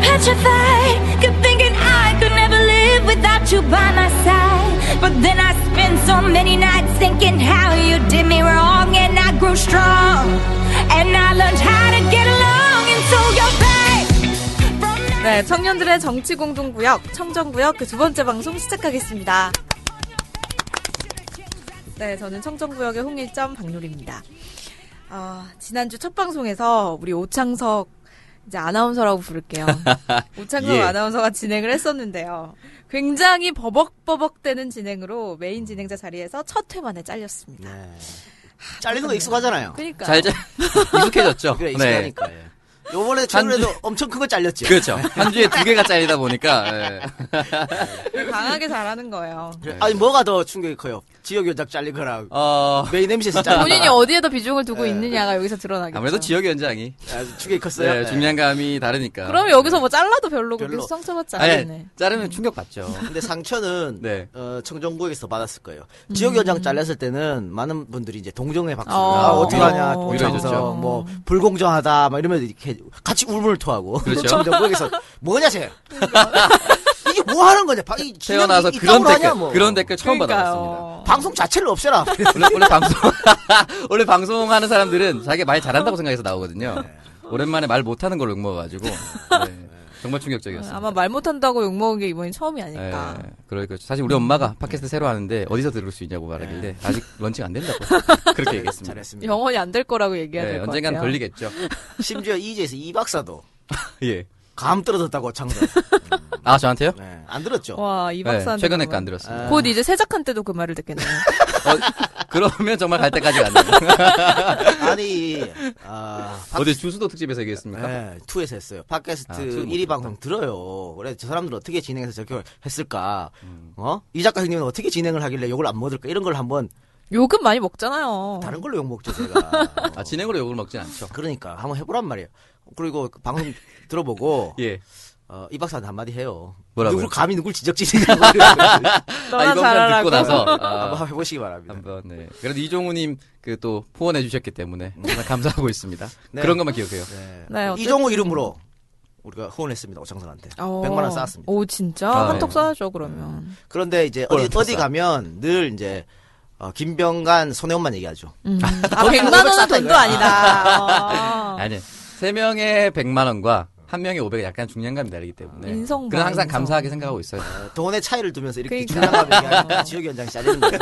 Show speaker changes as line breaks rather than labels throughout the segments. petrified. Kept thinking I could never live without you by my side. But then I spent so many nights thinking how you did me wrong, and I grew strong. And I learned how to get along, and so you're back. From now-
네, 청년들의 정치 공동구역, 청정구역 그 두 번째 방송 시작하겠습니다. 네, 저는 청정구역의 홍일점 박놀입니다. 아, 지난주 첫 방송에서 우리 오창석 이제 아나운서라고 부를게요. 오창석
예.
아나운서가 진행을 했었는데요. 굉장히 버벅버벅대는 진행으로 메인 진행자 자리에서 첫 회만에 잘렸습니다.
네.
잘리는 거 익숙하잖아요.
그러니까
잘, 잘 익숙해졌죠.
그래,
네.
익숙하니까. 예. 요번에 최근에도 엄청 큰 거 잘렸지.
그렇죠. 한 주에 두 개가 잘리다 보니까 예.
강하게 잘하는 거예요.
그래, 아니, 뭐가 더 충격이 커요? 지역 연작 잘린 거랑
네. 어,
메인 MC에서 잘린
본인이
거랑
어디에 더 비중을 두고 있느냐가 여기서 드러나겠죠.
네. 아무래도 지역 연장이
아, 충격이 컸어요.
네,
예.
중량감이 다르니까.
그럼 여기서 뭐 잘라도 별로고
별로.
계속 상처받지
아니,
않겠네.
자르면 충격 받죠.
근데 상처는
네.
어, 청정구에서 받았을 거예요. 지역 연장 잘렸을 때는 많은 분들이 이제 동정의 박수.
음. 어.
아, 어떡하냐,
어.
오창석,
이러셨죠.
뭐, 불공정하다, 막 이러면서 이렇게 같이 울분을 토하고.
그렇죠.
청정구에서 뭐냐, 쟤.
그러니까.
이게 뭐 하는 거냐. 바- 이 진영이
태어나서
이-
그런
이따구로
댓글,
하냐, 뭐.
그런 댓글 처음 받아봤습니다.
그러니까요.
방송 자체를 없애라.
원래, 원래 방송, 원래 방송하는 사람들은 자기 말 잘한다고 생각해서 나오거든요.
네.
오랜만에 말 못하는 걸로 욕먹어가지고. 네, 정말 충격적이었어요.
아마 말 못한다고 욕먹은 게 이번이 처음이 아닐까. 음. 네.
그러니까 사실 우리 엄마가 팟캐스트 새로 하는데 어디서 들을 수 있냐고 말하길래 아직 런칭 안 된다고 그렇게 얘기했습니다.
잘했습니다.
영원히 안 될 거라고 얘기해야
네,
될것
언젠간
같아요.
걸리겠죠.
심지어 이제에서 이 박사도
예.
감 떨어졌다고 창정
아 저한테요?
네, 안 들었죠.
와, 이 박사는.
네, 최근에 거안 들었습니다.
곧 이제 세작한 때도 그 말을 듣겠네요.
어, 그러면 정말 갈 때까지 간다.
아니 아, 팟-
어제 주수도 특집에서 얘기했습니까?
네, 투에서 했어요. 팟캐스트
아, 투는
1위 방송 들어요. 그래 저 사람들 어떻게 진행해서 저렇게 했을까?
음.
어? 이 작가 형님은 어떻게 진행을 하길래 욕을 안 먹을까? 이런 걸 한번
욕은 많이 먹잖아요.
다른 걸로 욕 먹죠 제가.
아 진행으로 욕을 먹진 않죠.
그러니까 한번 해보란 말이에요. 그리고 그 방송 들어보고
네.
예.
어, 이 박사한테 한마디 해요.
뭐라고요?
누굴 감히 누굴 지적질이냐고 한번
너나
아, 이번 편
잘하라고.
듣고 나서 아,
해보시기 바랍니다.
한번 네. 그래도 이종우님 그 또 후원해 주셨기 때문에 정말 감사하고 있습니다.
네.
그런 것만 기억해요.
네.
음. 네, 어쨌든-
이종호 이름으로 우리가 후원했습니다 오창선한테
어.
100만 원 쌓았습니다.
오, 진짜?
아,
한턱
네.
쏴야죠, 그러면.
그런데 이제
뭘
어디,
안
어디
탔어?
가면 늘 이제 어, 김병간 손혜원만 얘기하죠.
네.
음. 아, 100만 원은 돈도 아니다. 어.
아니 세 명의 100만 원과 한 명의 500은 약간 중량감이 다르기 때문에
인성만,
그런 항상
인성.
감사하게 생각하고 있어요.
어, 돈의 차이를 두면서 이렇게
그러니까.
중량감 얘기하니까 지역 연장이 잘리는 거예요.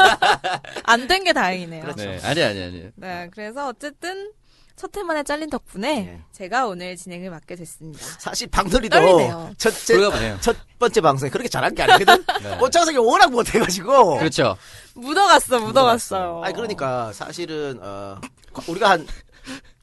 안 된 게 다행이네요.
네. 아니 아니 아니.
네, 그래서 어쨌든 첫 회만에 잘린 덕분에
네.
제가 오늘 진행을 맡게 됐습니다.
사실 방돌이도
떨리네요.
첫째
그러다 보네요.
첫 번째 방송에 그렇게 잘한 게 아니거든. 어,
네.
오창석이 워낙 못해가지고.
그렇죠.
묻어갔어, 묻어갔어요.
아니 그러니까 사실은 어, 우리가 한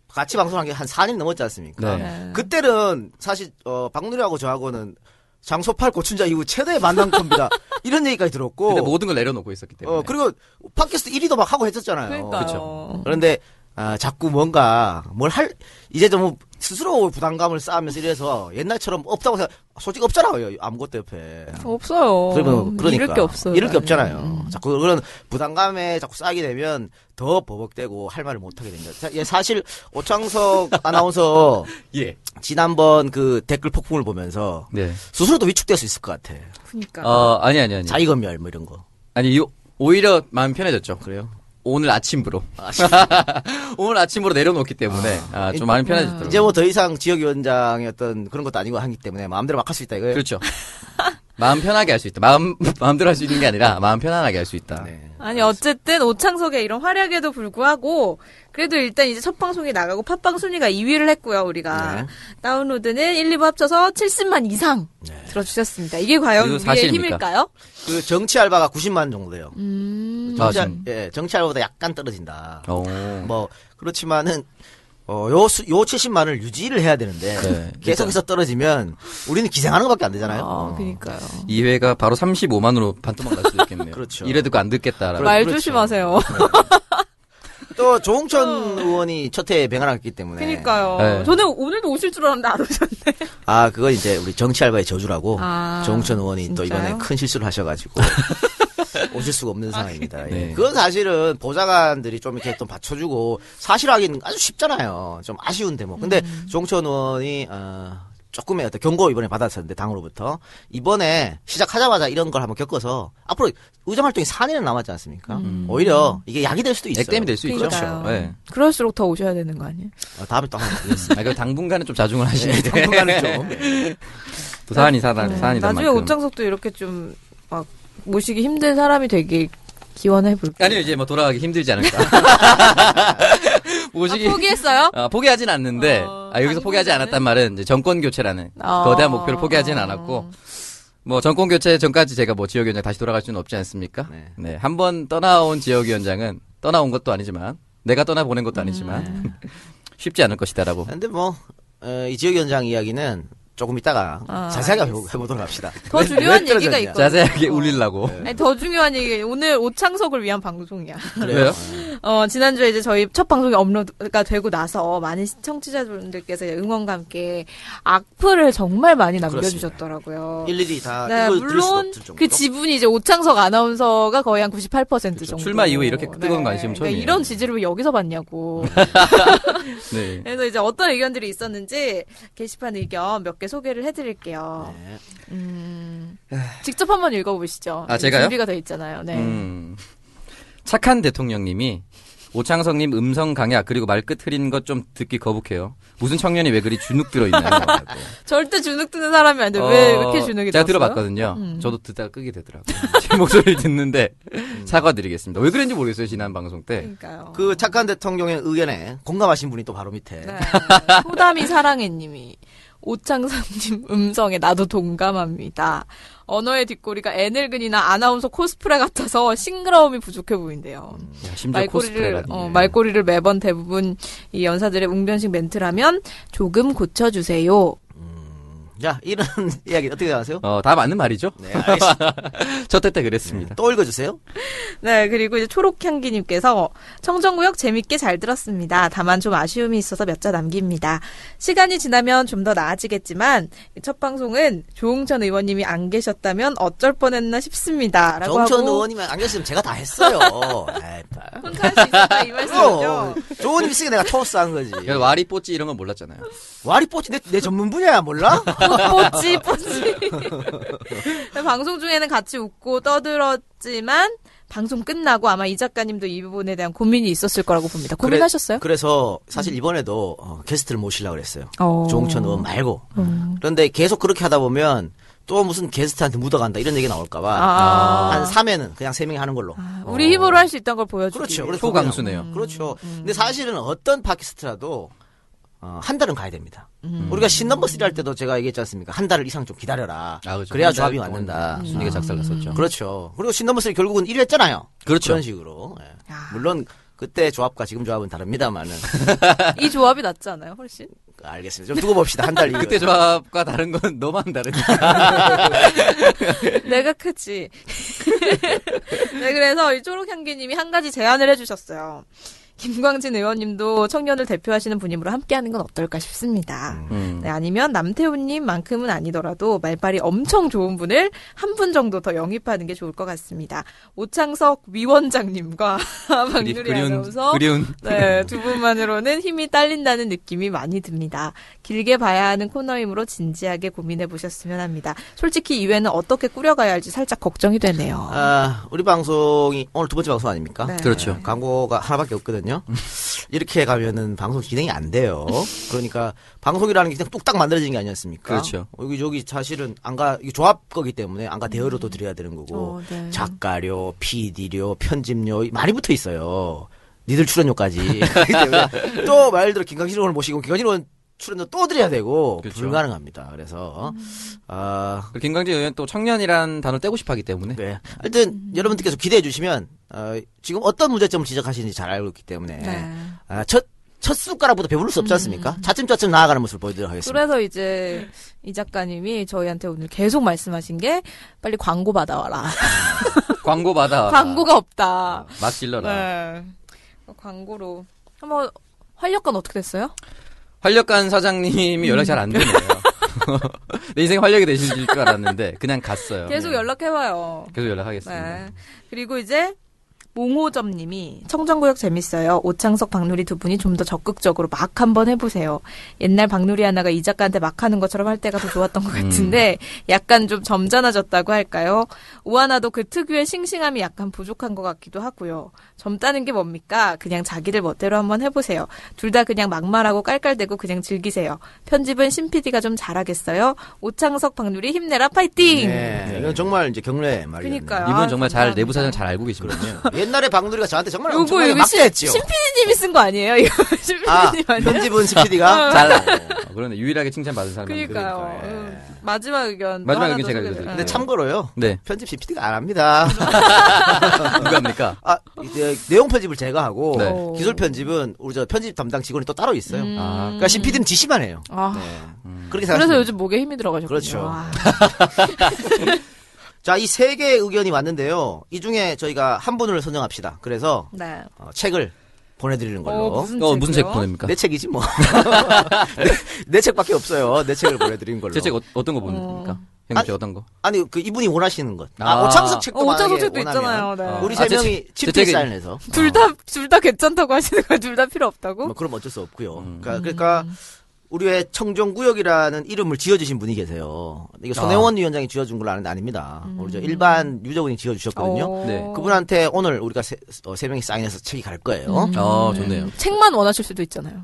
같이 방송한 게 한 4년 넘었지 않습니까?
네.
네.
그때는 사실 어, 박누리하고 저하고는 장소팔 고춘자 이후 최대의 만남 겁니다. 이런 얘기까지 들었고.
근데 모든 걸 내려놓고 있었기 때문에.
어, 그리고 팟캐스트 1위도 막 하고 했었잖아요.
그러니까요.
그쵸.
런데 아, 자꾸 뭔가 뭘 할 이제 좀 스스로 부담감을 쌓으면서 이래서 옛날처럼 없다고 생각 솔직히 없잖아요 아무것도 옆에
없어요. 음,
그러면 그러니까
잃을 게 없어요. 음.
잃을 게
나는.
없잖아요 자꾸 그런 부담감에 자꾸 쌓이게 되면 더 버벅대고 할 말을 못하게 됩니다 자, 예, 사실 오창석 아나운서
예.
지난번 그 댓글 폭풍을 보면서
네.
스스로도 위축될 수 있을 것 같아
그러니까.
어 아니 아니 아니.
자의검열 뭐 이런 거
아니 이- 오히려 마음 이 편해졌죠.
그래요
오늘 아침부로. 오늘 아침부로 내려놓기 때문에 아, 좀 마음이 편해졌더라고요.
이제 뭐 더 이상 지역위원장의 어떤 그런 것도 아니고 하기 때문에 마음대로 막 할 수 있다 이거예요.
그렇죠. 마음 편하게 할 수 있다. 마음 마음대로 할 수 있는 게 아니라 마음 편안하게 할 수 있다.
네.
아니 어쨌든 오창석의 이런 활약에도 불구하고 그래도 일단 이제 첫 방송이 나가고 팟빵 순위가 2위를 했고요 우리가
네.
다운로드는 1, 2부 합쳐서 70만 이상 들어주셨습니다. 이게 과연
이거
우리의
사실입니까?
힘일까요?
그 정치 알바가 90만 원 정도 돼요.
음.
아,
정치, 알-
좀.
예, 정치 알바보다 약간 떨어진다.
오.
뭐 그렇지만은 어, 요, 수- 요 70만을 유지를 해야 되는데
네.
계속해서 떨어지면 우리는 기생하는 것밖에 안 되잖아요.
아, 그러니까요.
이 회가 바로 35만으로 반토막 날 수도 있겠네요.
그렇죠.
이래 듣고 안 듣겠다라는.
말
그렇죠. 네.
조심하세요.
또 조홍천 의원이 첫해에 뱅하났기 때문에
그러니까요.
네.
저는 오늘도 오실 줄 알았는데 안 오셨네.
아 그건 이제 우리 정치 알바의 저주라고
아,
조홍천 의원이 또
진짜요? 아,
이번에 큰 실수를 하셔가지고 오실 수가 없는 상황입니다. 예.
네.
그건 사실은 보좌관들이 좀 이렇게
음.
좀 뭐. 받쳐주고 사실하기는 아주 쉽잖아요. 좀 아쉬운 대목. 근데 조홍천 의원이 어, 조금의 어떤 경고 이번에 받았었는데 당으로부터 이번에 시작하자마자 이런 걸 한번 겪어서 앞으로 의정 활동이 4년이 남았지 않습니까? 오히려 이게 약이 될 수도 있어요. 그렇죠.
액땜이 될 수 있죠.
음. 그러니까요.
예.
그럴수록 더 오셔야 되는 거 아니에요?
어, 다음에 또 한번 보겠습니다.
아, 그 당분간은 좀 자중을 하시는데
네, 당분간은 좀.
또 사안이 사안
네.
사안이
나중에 오창석도 이렇게 좀 막 모시기 힘든 사람이 되길 기원해 볼게요.
아니요 이제 뭐 돌아가기 힘들지 않을까. 모시기
아, 포기했어요?
아, 포기하진 않는데
어,
아, 여기서 포기하지
당분간은?
않았단 말은 이제 정권 교체라는
어.
거대한 목표를 포기하진 않았고 뭐 정권 교체 전까지 제가 뭐 지역위원장 다시 돌아갈 수는 없지 않습니까?
네.
네, 한 번 떠나온 지역위원장은 떠나온 것도 아니지만 내가 떠나 보낸 것도 아니지만
음.
쉽지 않을 것이다라고.
근데 뭐, 어, 이 지역위원장 이야기는 조금 이따가
아,
자세하게 해보- 해보도록 합시다.
더
왜-
중요한
왜 떨어졌냐.
얘기가 있거든요.
자세하게
어.
울리려고.
네.
아니, 더 중요한 얘기 오늘 오창석을 위한 방송이야.
네, 그래요?
어, 지난주에 이제 저희 첫 방송이 업로드가 되고 나서 많은 시청자분들께서 응원과 함께 악플을 정말 많이 남겨주셨더라고요.
일일이 다
네,
이걸 들을 수도
물론
없을 정도로.
그 지분이 이제 오창석 아나운서가 거의 한 98%
그렇죠.
정도.
출마 이후에 이렇게 뜨거운 관심은
그러니까
처음이에요.
이런 지지를 왜 여기서 받냐고.
네.
그래서 이제 어떤 의견들이 있었는지 게시판 의견 몇 개 소개를 해드릴게요.
네. 아.
음, 직접 한번 읽어보시죠.
아, 제가요?
준비가 돼 있잖아요. 네.
음. 착한 대통령님이 오창석님 음성 강약 그리고 말끝 흐린 것 좀 듣기 거북해요. 무슨 청년이 왜 그리 주눅 들어 있나요?
절대 주눅 드는 사람이 안 돼. 네, 왜 이렇게 주눅이 들었어요? 음.
제가 들어봤거든요. 저도 듣다가 끄게 되더라고요. 제 목소리를 듣는데
음.
사과드리겠습니다. 왜 그랬는지 모르겠어요. 지난 방송 때.
그러니까요.
그 착한 대통령의 의견에 공감하신 분이 또 바로 밑에.
네. 소담이 사랑해님이 오창상님 음성에 나도 동감합니다. 언어의 뒷골이가 애늙은이나 아나운서 코스프레 같아서 싱그러움이 부족해 보인대요.
야, 음, 심지어
말꼬리를
코스프레라니.
어, 말꼬리를 매번 대부분 이 연사들의 웅변식 멘트라면 조금 고쳐주세요.
자, 이런 이야기 어떻게 생각하세요?
어, 다 맞는 말이죠.
네, 알겠습니다.
저 때때 그랬습니다.
또 읽어주세요.
네, 그리고 이제 초록향기님께서 청정구역 재밌게 잘 들었습니다. 다만 좀 아쉬움이 있어서 몇 자 남깁니다. 시간이 지나면 좀 더 나아지겠지만 이첫 방송은 조홍천 의원님이 안 계셨다면 어쩔 뻔했나 싶습니다. 라고
정천
하고
의원이면 안 계셨으면 제가 다 했어요. 에이,
혼자 할 수 있었다 이
어,
말씀이죠.
좋은 일 있으니까 내가 토스한 거지.
그래서 와리 뽀찌 이런 건 몰랐잖아요.
와리 뽀치 내, 내 전문 분야야 몰라? 어.
뽀찌 뽀찌. 방송 중에는 같이 웃고 떠들었지만 방송 끝나고 아마 이 작가님도 이 부분에 대한 고민이 있었을 거라고 봅니다. 고민하셨어요?
그래서 사실 이번에도 어, 게스트를 모시려고 그랬어요.
어. 음.
조홍천 의원 말고. 그런데 계속 그렇게 하다 보면 또 무슨 게스트한테 묻어간다 이런 얘기 나올까봐
아.
한 3회는 그냥 3명이 하는 걸로.
우리 힘으로 할 수 있다는 걸 보여주기.
그렇죠.
위해서.
그래서
초강수네요.
음.
그냥, 그렇죠. 근데 사실은 어떤 팟캐스트라도 어, 한 달은 가야 됩니다.
음.
우리가 신넘버 3할 때도 제가 얘기했지 않습니까? 한 달을 이상 좀 기다려라.
아, 그렇죠.
그래야
한달
조합이
동안
맞는다.
음.
순위가 작살났었죠.
그렇죠. 그리고 신넘버 3 결국은 1위 했잖아요.
그렇죠.
런 식으로. 예. 물론 그때 조합과 지금 조합은 다릅니다만은
이 조합이 낫지 않아요, 훨씬?
알겠습니다. 좀 두고 봅시다. 한달 이후.
그때 조합과 다른 건 너만 다르니까.
내가 크지. 네, 그래서 이 초록향기님이 한 가지 제안을 해주셨어요. 김광진 의원님도 청년을 대표하시는 분임으로 함께하는 건 어떨까 싶습니다.
음.
네, 아니면 남태훈님만큼은 아니더라도 말빨이 엄청 좋은 분을 한 분 정도 더 영입하는 게 좋을 것 같습니다. 오창석 위원장님과
그리-
박누리
그리운
아나운서
그리운
네, 두 분만으로는 힘이 딸린다는 느낌이 많이 듭니다. 길게 봐야 하는 코너이므로 진지하게 고민해 보셨으면 합니다. 솔직히 이외는 어떻게 꾸려가야 할지 살짝 걱정이 되네요.
아, 우리 방송이 오늘 두 번째 방송 아닙니까?
네.
그렇죠.
광고가 하나밖에 없거든요. 이렇게 가면은 방송 진행이 안 돼요. 그러니까 방송이라는 게 그냥 뚝딱 만들어지는 게 아니었습니까?
그렇죠.
여기 여기 사실은 안가 이게 조합 거기 때문에 안가 대여료도 드려야 되는 거고
음. 어, 네.
작가료, PD료, 편집료 많이 붙어 있어요. 니들 출연료까지. 그렇기 때문에 또 말대로 김강진 의원을 모시고 김강진 의원 출연료 또 드려야 되고
그렇죠.
불가능합니다. 그래서
음.
아
그리고 김광진 의원 또 청년이란 단어 떼고 싶어하기 때문에
네. 하여튼
음.
여러분들께서 기대해 주시면 어, 지금 어떤 문제점을 지적하시는지 잘 알고 있기 때문에
네. 음.
아, 첫, 첫 숟가락부터 배부를 수 없지 않습니까? 차츰차츰 나아가는 모습을 보여드리도록 하겠습니다.
그래서 이제 이 작가님이 저희한테 오늘 계속 말씀하신 게 빨리 광고 받아와라.
광고 받아. 아,
광고가 없다.
막 질러라.
네. 광고로 한번 활력건 어떻게 됐어요?
활력관 사장님이 연락 이 잘 안
음.
되네요. 내 인생 활력이 되실 줄 알았는데 그냥 갔어요.
계속
네.
연락해봐요.
계속 연락하겠습니다.
네. 그리고 이제 몽호점님이 청정구역 재밌어요. 오창석, 박누리 두 분이 좀 더 적극적으로 막 한번 해보세요. 옛날 박누리 하나가 이 작가한테 막 하는 것처럼 할 때가 더 좋았던
음.
것 같은데 약간 좀 점잖아졌다고 할까요? 오하나도 그 특유의 싱싱함이 약간 부족한 것 같기도 하고요. 젊다는 게 뭡니까? 그냥 자기들 멋대로 한번 해보세요. 둘 다 그냥 막말하고 깔깔대고 그냥 즐기세요. 편집은 신 PD가 좀 잘하겠어요. 오창석, 박누리 힘내라 파이팅!
네, 이건 정말 이제 경례 말이에요.
그러니까요.
이분 정말 잘
아, 감사합니다.
내부 사정 잘 알고 계시거든요.
옛날에 박누리가 저한테 정말
요거
엄청나게
이거
막대했죠.
신피디님이 쓴 거 아니에요? 이거 신피디님
아,
아니에요? 네.
편집은 CPD가
잘 알고. 그런데 유일하게 칭찬받은 사람.
그러니까요.
그러니까, 예.
음, 마지막 의견. 또
마지막
하나
의견
더
제가
소개해
읽어드릴게요.
드릴게요.
근데 참고로요.
네.
편집 CPD가 안 합니다.
누가 합니까?
아, 이제 내용 편집을 제가 하고
네.
기술 편집은 우리 저 편집 담당 직원이 또 따로 있어요.
아,
그러니까 CPD는 지시만 해요.
아,
그렇게
음. 그래서
생각하시면
요즘 목에 힘이 들어가셨군요.
그렇죠.
아,
자, 이 세 개의 의견이 왔는데요. 이 중에 저희가 한 분을 선정합시다. 그래서
네.
어, 책을 보내드리는 걸로.
어, 무슨
어, 무슨 책
책이요?
보냅니까?
내 책이지 뭐. 내, 내 책밖에 없어요. 내 책을 보내드리는 걸로.
제 책 어, 떤거 보냅니까? 형님 제 어떤 거?
아니 그 이분이 원하시는 것. 아,
아.
오창석 책도
어, 오창석
만약에
책도
원하면
있잖아요. 네.
우리
아,
세
제
명이
책-
침필
제 책이-
사인해서.
둘 다, 둘 다 괜찮다고 하시는 거예요? 둘 다 필요 없다고?
뭐 그럼 어쩔 수 없고요.
음.
그러니까, 그러니까
음.
우리의 청정구역이라는 이름을 지어주신 분이 계세요. 이게 손혜원
아.
위원장이 지어준 걸로 아는데 아닙니다. 우리 저 일반 유저분이 지어주셨거든요.
음. 어,
네.
그분한테 오늘 우리가 세, 어, 세 명이 사인해서 책이 갈 거예요.
음.
어, 좋네요.
책만 원하실 수도 있잖아요.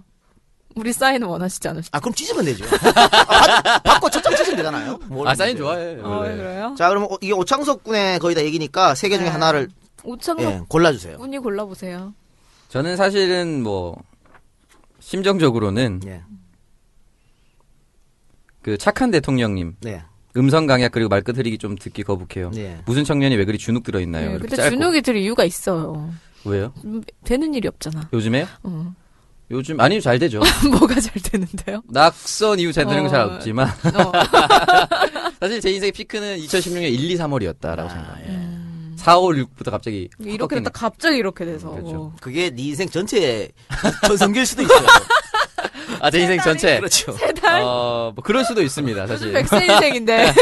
우리 사인은 원하시지 않으시죠?
아 그럼 찢으면 되죠. 아, 받- 받고 첫장 찢으면 되잖아요. 뭘
아, 사인
문제예요.
좋아해.
어,
원래.
그래요?
자 그럼 어, 이게 오창석 군의 거의 다 얘기니까 세 개 중에
네.
하나를
오창석
음.
예, 골라주세요.
분이 골라보세요.
저는 사실은 뭐, 심정적으로는
예.
그 착한 대통령님,
네.
음성 강약 그리고 말끝 흐리기 좀 듣기 거북해요.
네.
무슨 청년이 왜 그리 주눅
네,
들어있나요? 이렇게
근데
짧고.
준욱이 들 이유가 있어요.
왜요?
음, 되는 일이 없잖아.
요즘에요?
어.
요즘, 아니, 잘 되죠.
뭐가 잘 되는데요?
아, 낙선 이후 잘 되는 건 잘
어.
없지만,
어.
사실 제 인생의 피크는 2016년 1, 2, 3월이었다라고 생각해요.
예.
4, 5, 6부터 갑자기.
음. 이렇게
꺾이는
됐다 갑자기 이렇게 돼서.
그렇죠.
어.
그게 네 인생 전체의 전성기일 수도 있어요.
거예요. 아, 제 인생 전체.
그렇죠.
어, 뭐 그럴 수도 있습니다, 사실.
백세 인생인데.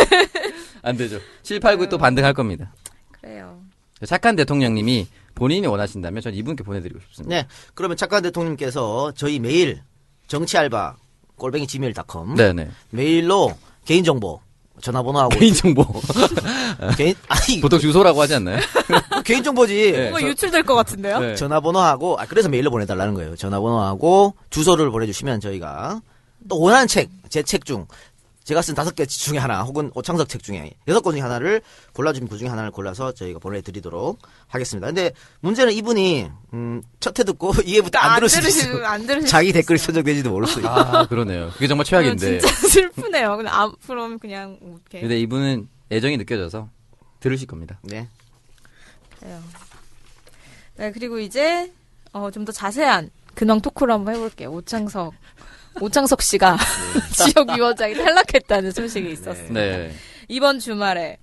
안 되죠. 7, 8,
음.
9 또 반등할 겁니다.
그래요.
착한 대통령님이 본인이 원하신다면 전 이분께 보내드리고 싶습니다.
네. 그러면 착한 대통령님께서 저희 메일 정치알바 골뱅이 gmail.com
네네.
메일로 개인정보 전화번호하고
개인정보.
개인 아니
보통 주소라고 하지 않나요?
개인정보지
네.
뭔가 뭐 유출될 것 같은데요?
네.
전화번호하고 아 그래서 메일로 보내달라는 거예요. 전화번호하고 주소를 보내주시면 저희가 또 원하는 책 제 책 중 제가 쓴 다섯 개 중에 하나 혹은 오창석 책 중에 여섯 권 중에 하나를 골라주면 그 중에 하나를 골라서 저희가 보내드리도록 하겠습니다. 근데 문제는 이분이 음, 첫회 듣고 이해부터 안, 들을 수도
아, 들으시-
있어요.
안 들으실
자기
수도
댓글이
있어요.
선정되지도 모를 수 있고.
아, 그러네요. 그게 정말 최악인데.
아, 진짜 슬프네요. 근데 앞으로는 그냥 이렇게.
근데 이분은 애정이 느껴져서 들으실 겁니다.
네.
그래요. 네, 그리고 이제 어, 좀 더 자세한 근황 토크를 한번 해볼게요. 오창석. 오창석 씨가 지역위원장이 탈락했다는 소식이 있었습니다.
네.
이번 주말에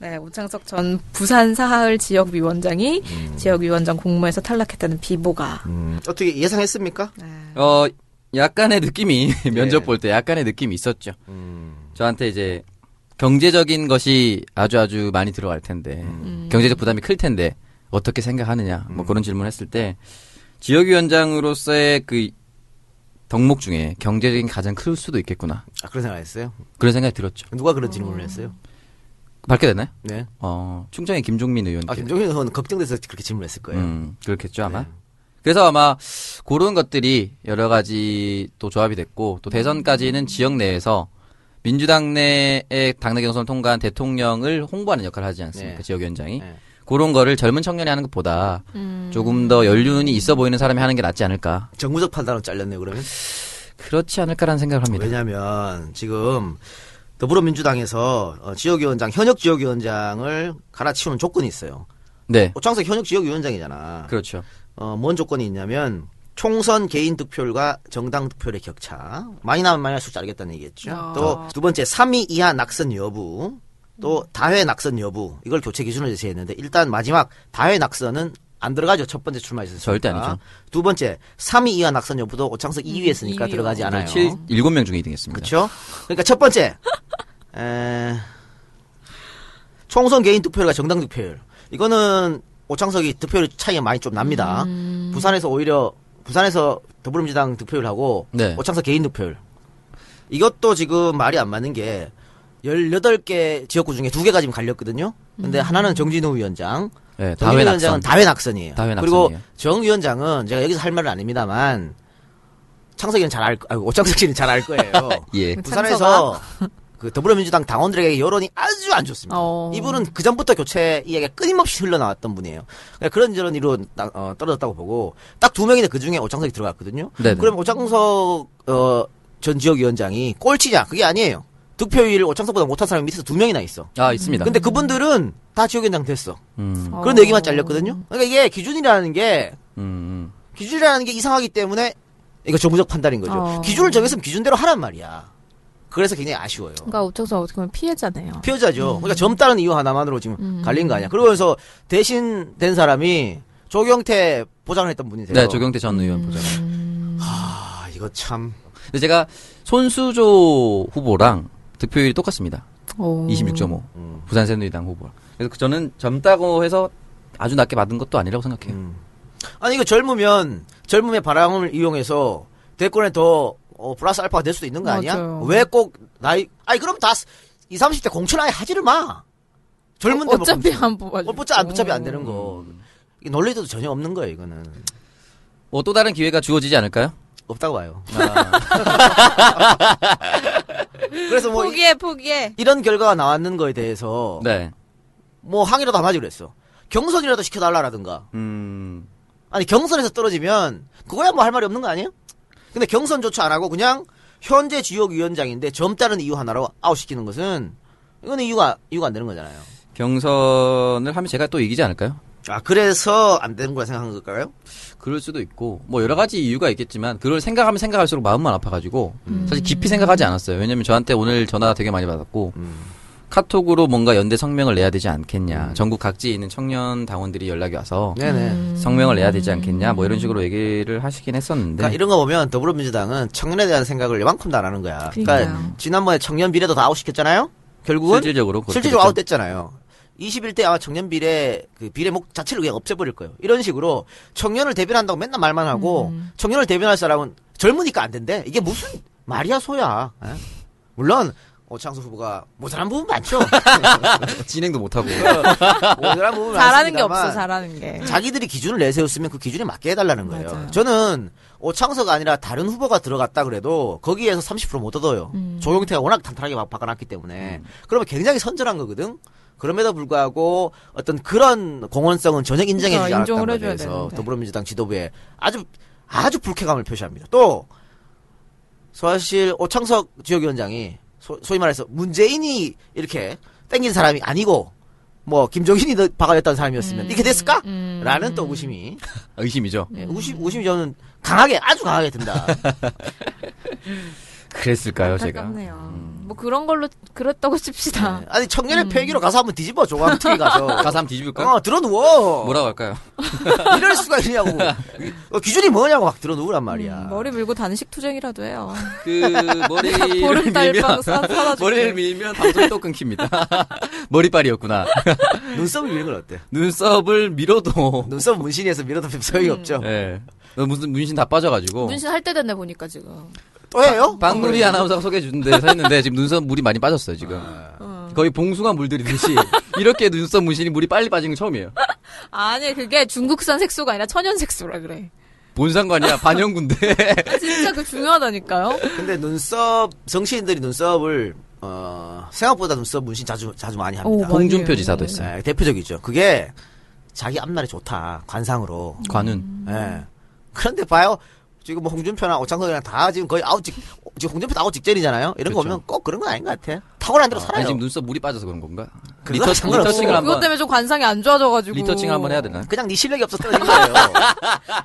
네, 오창석 전 부산 사하을 지역위원장이 지역위원장 공모에서 탈락했다는 비보가
음, 어떻게 예상했습니까?
네.
어, 약간의 느낌이, 면접 볼 때 약간의 느낌이 있었죠.
음,
저한테 이제 경제적인 것이 아주 아주 많이 들어갈 텐데 경제적 부담이 클 텐데 어떻게 생각하느냐 뭐 그런 질문을 했을 때 지역위원장으로서의 그 덕목 중에 경제적인 가장 클 수도 있겠구나
아, 그런 생각했어요.
그런 생각이 들었죠
누가 그런
음.
질문을 했어요?
밝게 됐나요?
네.
어 충청의 김종민 의원께
아 김종현 의원 걱정돼서 그렇게 질문했을 거예요.
음, 그렇겠죠
네.
아마 그래서 아마 그런 것들이 여러 가지 또 조합이 됐고 또 대선까지는 지역 내에서 민주당 내의 당내 경선을 통과한 대통령을 홍보하는 역할을 하지 않습니까
네.
지역위원장이
네.
그런 거를 젊은 청년이 하는 것보다 조금 더 연륜이 있어 보이는 사람이 하는 게 낫지 않을까
정무적 판단으로 잘렸네요. 그러면.
그렇지 않을까라는 생각을 합니다
왜냐하면 지금 더불어민주당에서 어, 지역위원장 현역 지역위원장을 갈아치우는 조건이 있어요.
네
오창석 현역 지역위원장이잖아.
그렇죠
어, 뭔 조건이 있냐면 총선 개인 득표율과 정당 득표율의 격차 많이 나면 많이 할수 알겠다는 얘기겠죠.
아.
또 두 번째 3위 이하 낙선 여부
음.
또 다회 낙선 여부 이걸 교체 기준으로 제시했는데 일단 마지막 다회 낙선은 안 들어가죠. 첫 번째 출마했을
절대 아니죠.
두 번째 3위 이하 낙선 여부도 오창석 2위 했으니까
음, 2위 요.
들어가지 않아요.
칠 7, 명 중에 2등 했습니다
그렇죠? 그러니까 첫 번째 에, 총선 개인 득표율과 정당 득표율 이거는 오창석이 득표율 차이가 많이 좀 납니다. 부산에서 오히려 부산에서 더불어민주당 득표율하고
네.
오창석 개인 득표율 이것도 지금 말이 안 맞는 게 18개 지역구 중에 두 개가 지금 갈렸거든요. 근데 하나는 정진우 위원장,
네,
정진우
다회
위원장은
낙선.
다회 낙선이에요.
다회
그리고
낙선이에요.
정 위원장은 제가 여기서 할 말은 아닙니다만 창석이는 잘 알, 아이고, 오창석 씨는 잘 알 거예요.
예.
그
부산에서 그 더불어민주당 당원들에게 여론이 아주 안 좋습니다.
어.
이분은 그 전부터 교체 이야기가 끊임없이 흘러나왔던 분이에요. 그런 저런 이로 따- 어, 떨어졌다고 보고 딱 두 명인데 그 중에 오창석이 들어갔거든요.
네네.
그럼 오창석 어, 전 지역위원장이 꼴찌냐? 그게 아니에요. 득표율 오창석보다 못한 사람이 밑에서 두 명이나 있어.
아 있습니다.
근데 그분들은 다 지역위원장 됐어.
음,
그런
어.
얘기만 잘렸거든요. 그러니까 이게 기준이라는 게
음, 음.
어. 기준이라는 게 이상하기 때문에 이거 정부적 판단인 거죠.
어.
기준을 정했으면 기준대로 하란 말이야. 그래서 굉장히 아쉬워요.
그러니까 옥정수 어떻게 보면 피해자네요.
피해자죠. 그러니까 젊다는 이유 하나만으로 지금
음.
갈린 거 아니야. 그러면서 대신 된 사람이 조경태 보장을 했던 분이세요.
네, 조경태 전 의원 보좌관.
아, 이거 참.
근데 제가 손수조 후보랑 득표율이 똑같습니다. 26.5.
음.
부산 새누리당 후보. 그래서 그 저는 젊다고 해서 아주 낮게 받은 것도 아니라고 생각해요.
아니, 이거 젊으면 젊음의 바람을 이용해서 대권에 더 어, 플러스 알파가 될 수도 있는 거 아니야?
맞아요.
왜 꼭 나이, 아니, 그럼 다 20, 30대 공천 아예 하지를 마. 젊은데 뭐
어차피
공천.
안 음. 뽑아줘.
어차피 안, 어차피 안 되는 거. 이게 논리도 전혀 없는 거예요, 이거는.
뭐 또 다른 기회가 주어지지 않을까요?
없다고 봐요. 아.
아,
그래서 뭐 이-
포기해 포기해.
이런 결과가 나왔는 거에 대해서
네.
뭐 항의라도 안 하지 그랬어. 경선이라도 시켜달라라든가.
음.
아니 경선에서 떨어지면 그거야 뭐 할 말이 없는 거 아니에요? 근데 경선조차 안 하고 그냥 현재 지역위원장인데 젊다는 이유 하나로 아웃시키는 것은 이건 이유가 이유가 안 되는 거잖아요.
경선을 하면 제가 또 이기지 않을까요?
아 그래서 안 되는 거라 생각한 걸까요?
그럴 수도 있고 뭐 여러 가지 이유가 있겠지만 그걸 생각하면 생각할수록 마음만 아파가지고 사실 깊이 생각하지 않았어요. 왜냐면 저한테 오늘 전화 되게 많이 받았고 카톡으로 뭔가 연대 성명을 내야 되지 않겠냐. 전국 각지에 있는 청년 당원들이 연락이 와서
네네.
음.
성명을 내야 되지 않겠냐. 뭐 이런 식으로 얘기를 하시긴 했었는데.
그러니까
네.
이런 거 보면 더불어민주당은 청년에 대한 생각을 이만큼도 안 하는 거야.
그러니까요.
지난번에 청년 비례도 다 아웃시켰잖아요. 결국은
실질적으로 그렇게 됐죠.
실질적으로 아웃됐잖아요. 21대 아마 청년 비례 그 비례 목 자체를 그냥 없애버릴 거예요. 이런 식으로 청년을 대변한다고 맨날 말만 하고
음.
청년을 대변할 사람은 젊으니까 안 된대. 이게 무슨 말이야 소야. 에? 물론 오창수 후보가 모자란 부분 많죠.
진행도 못하고.
모자란 부분
잘하는 게
많습니다만
없어 잘하는 게.
자기들이 기준을 내세웠으면 그 기준에 맞게 해달라는 거예요.
네. 맞아요.
저는 어, 오창서가 아니라 다른 후보가 들어갔다 그래도 거기에서 30%못 얻어요.
음.
조용태가 워낙 탄탄하게 바- 바꿔놨기 때문에 그러면 굉장히 선전한 거거든. 그럼에도 불구하고 어떤 그런 공헌성은 전혀 인정해주지
그러니까 인정을
않았다는
해줘야
거에 대해서
되는데.
더불어민주당 지도부에 아주 아주 불쾌감을 표시합니다. 또 사실 오창석 지역위원장이 소, 위 말해서 문재인이 이렇게 땡긴 사람이 아니고 뭐 김종인이 너- 박아냈던
음,
사람이었으면 이렇게 됐을까? 라는 또 의심이
의심이죠.
네.
예, 의심 의심이 저는 강하게 아주 강하게 든다.
그랬을까요, 아, 제가? 음. 네,
안타깝네요. 뭐 그런 걸로 그랬다고 칩시다.
예. 아니
음.
청년의 폐기로 가서 한번 뒤집어 줘. 한번 TV 가서
가서 한번 뒤집을까요?
어 들어 누워.
뭐라고 할까요?
이럴 수가 있냐고. 어, 기준이 뭐냐고 막 들어 누우란 말이야.
음, 머리 밀고 단식 투쟁이라도 해요.
그 머리를
보름달
밀면
빵 사- 사다줄게.
머리를 밀면 방송이 또 끊깁니다. 머리빨이었구나.
눈썹을 밀는 건 어때?
눈썹을 밀어도
눈썹 문신에서 밀어도 소용이
음.
없죠.
예. 너 무슨 문신 다 빠져가지고
문신 뭐 할 때 됐네 보니까 지금.
또 해요?
방구리 아나운서가 소개해 준데 했는데 지금 눈썹 물이 많이 빠졌어요 지금 거의 봉숭아 물들이듯이 이렇게 눈썹 문신이 물이 빨리 빠지는 건 처음이에요
아니 그게 중국산 색소가 아니라 천연 색소라 그래.
뭔 상관이야 반영군데 아,
진짜 그
어,
중요하다니까요.
어, 근데 눈썹 정치인들이 눈썹을 어, 생각보다 눈썹 문신 자주 자주 많이
오,
합니다.
홍준표
맞네요. 음.
지사도 했어요
예, 대표적이죠. 그게 자기 앞날이 좋다 관상으로.
관훈
예. 그런데 봐요. 지금 뭐 홍준표나 오창석이랑 다 지금 거의 아웃 직 지금 홍준표 도 아웃 직전이잖아요. 이런 거
그렇죠.
보면 꼭 그런 건 아닌 것 같아. 탁월한 대로 살아요.
아니, 지금 눈썹 물이 빠져서 그런 건가
그건
리터,
상관없어.
리터칭을
그것
한번
때문에 좀 관상이 안 좋아져가지고.
리터칭을 한번 해야 되나
그냥 네 실력이 없어 떨어진 거예요.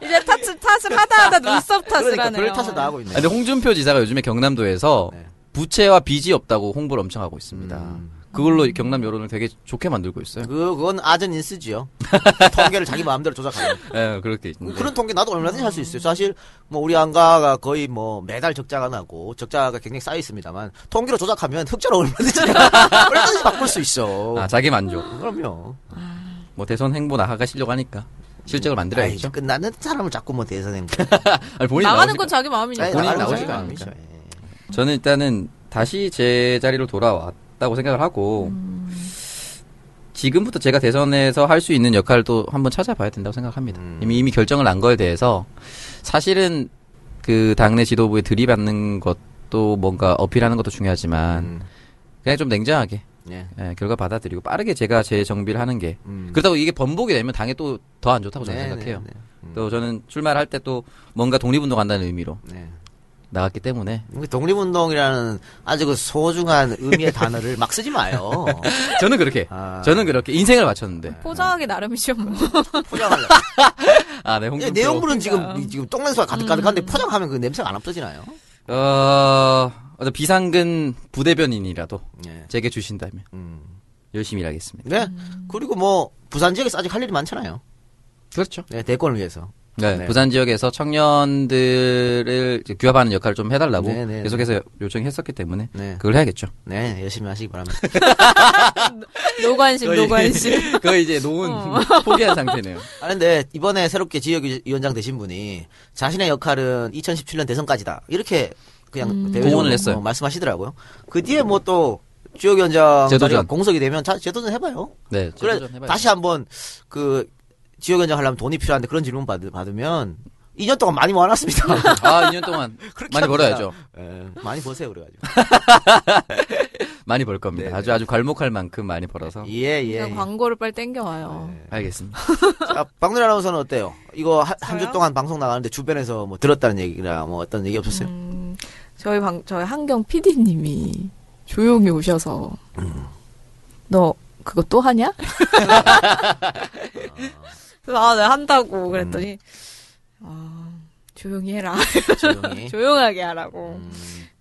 이제 탓을 탓을 하다 하다 눈썹 탓을
그러니까
하네요.
별 탓을 나 하고 있네.
아, 근데 홍준표 지사가 요즘에 경남도에서
네.
부채와 빚이 없다고 홍보를 엄청 하고 있습니다.
음.
그걸로 경남 여론을 되게 좋게 만들고 있어요.
그, 그건 아전 인스지요. 통계를 자기 마음대로 조작하는.
예, 그렇게
뭐
있는데.
그런 통계 나도 얼마든지 할 수 있어요. 사실 뭐 우리 안가가 거의 뭐 매달 적자가 나고 적자가 굉장히 쌓여 있습니다만 통계로 조작하면 흑자로 얼마든지 얼마든지 바꿀 수 있어.
아, 자기 만족.
그럼요.
뭐 대선 행보 나아가시려고 하니까 실적을 만들어야죠.
아이, 끝나는 사람을 자꾸 뭐 대선행.
아니, 본인이
나가는
나오시니까-
건 자기 마음이니까.
본인이
나가는
나오시지
거예요.
않으니까. 저는 일단은 다시 제 자리로 돌아왔다고 생각을 하고 지금부터 제가 대선에서 할 수 있는 역할을 또 한번 찾아봐야 된다고 생각합니다.
음.
이미 이미 결정을 난 거에 대해서 사실은 그 당내 지도부에 들이받는 것도 뭔가 어필하는 것도 중요하지만
음.
그냥 좀 냉정하게
예.
예, 결과 받아들이고 빠르게 제가 재 정비를 하는 게
음.
그렇다고 이게 번복이 되면 당에 또 더 안 좋다고 저는
네,
생각해요.
네, 네. 음.
또 저는 출마를 할 때 또 뭔가 독립운동한다는 의미로
네.
나갔기 때문에
이게 독립운동이라는 아주 그 소중한 의미의 단어를 막 쓰지 마요.
저는 그렇게
아.
저는 그렇게 인생을 바쳤는데
포장하기 나름이죠 뭐.
포장하려.
아, 네, 홍
이
준
예, 내용물은 지금
그러니까.
이- 지금 똥냄새가
음.
가득가득한데 포장하면 그 냄새가 안 없어지나요?
어, 어떤 비상근 부대변인이라도
예.
제게 주신다면
음.
열심히 일하겠습니다.
네. 그리고 뭐 부산 지역에서 아직 할 일이 많잖아요.
그렇죠.
네, 대권을 위해서.
네,
네.
부산 지역에서 청년들을 이제 규합하는 역할을 좀 해달라고
네, 네,
계속해서 요청했었기 때문에
네.
그걸 해야겠죠.
네, 열심히 하시기 바랍니다.
노관심, 노관심.
그거 이제 놓은
어.
포기한 상태네요.
아 근데 이번에 새롭게 지역위원장 되신 분이 자신의 역할은 2017년 대선까지다 이렇게 그냥 대외적으로
공언을 했어요.
어, 말씀하시더라고요. 그 뒤에 뭐 또 지역위원장
재도전.
자리가 공석이 되면 자, 재도전 해봐요.
네,
그래
재도전 해봐야죠.
다시 한번 그 지역위원장 하려면 돈이 필요한데 그런 질문 받, 받으면 2년 동안 많이 모아놨습니다.
아, 2년 동안 많이 벌어야죠.
예, 많이 보세요 그래가지고.
많이 벌 겁니다.
네,
아주 아주 괄목할 만큼 네, 많이 벌어서.
예예.
그냥 광고를 빨리 땡겨와요.
알겠습니다.
자, 박누리 아나운서는 어때요? 이거 한 주
저요?
동안 방송 나가는데 주변에서 뭐 들었다는 얘기나 뭐 어떤 얘기 없었어요?
음, 저희 방, 저희 한경 PD님이 조용히 오셔서 너 그거 또 하냐? 그래서 아, 네
음.
한다고 그랬더니 아, 조용히 해라.
음. 조용히.
조용하게 하라고
네. 음.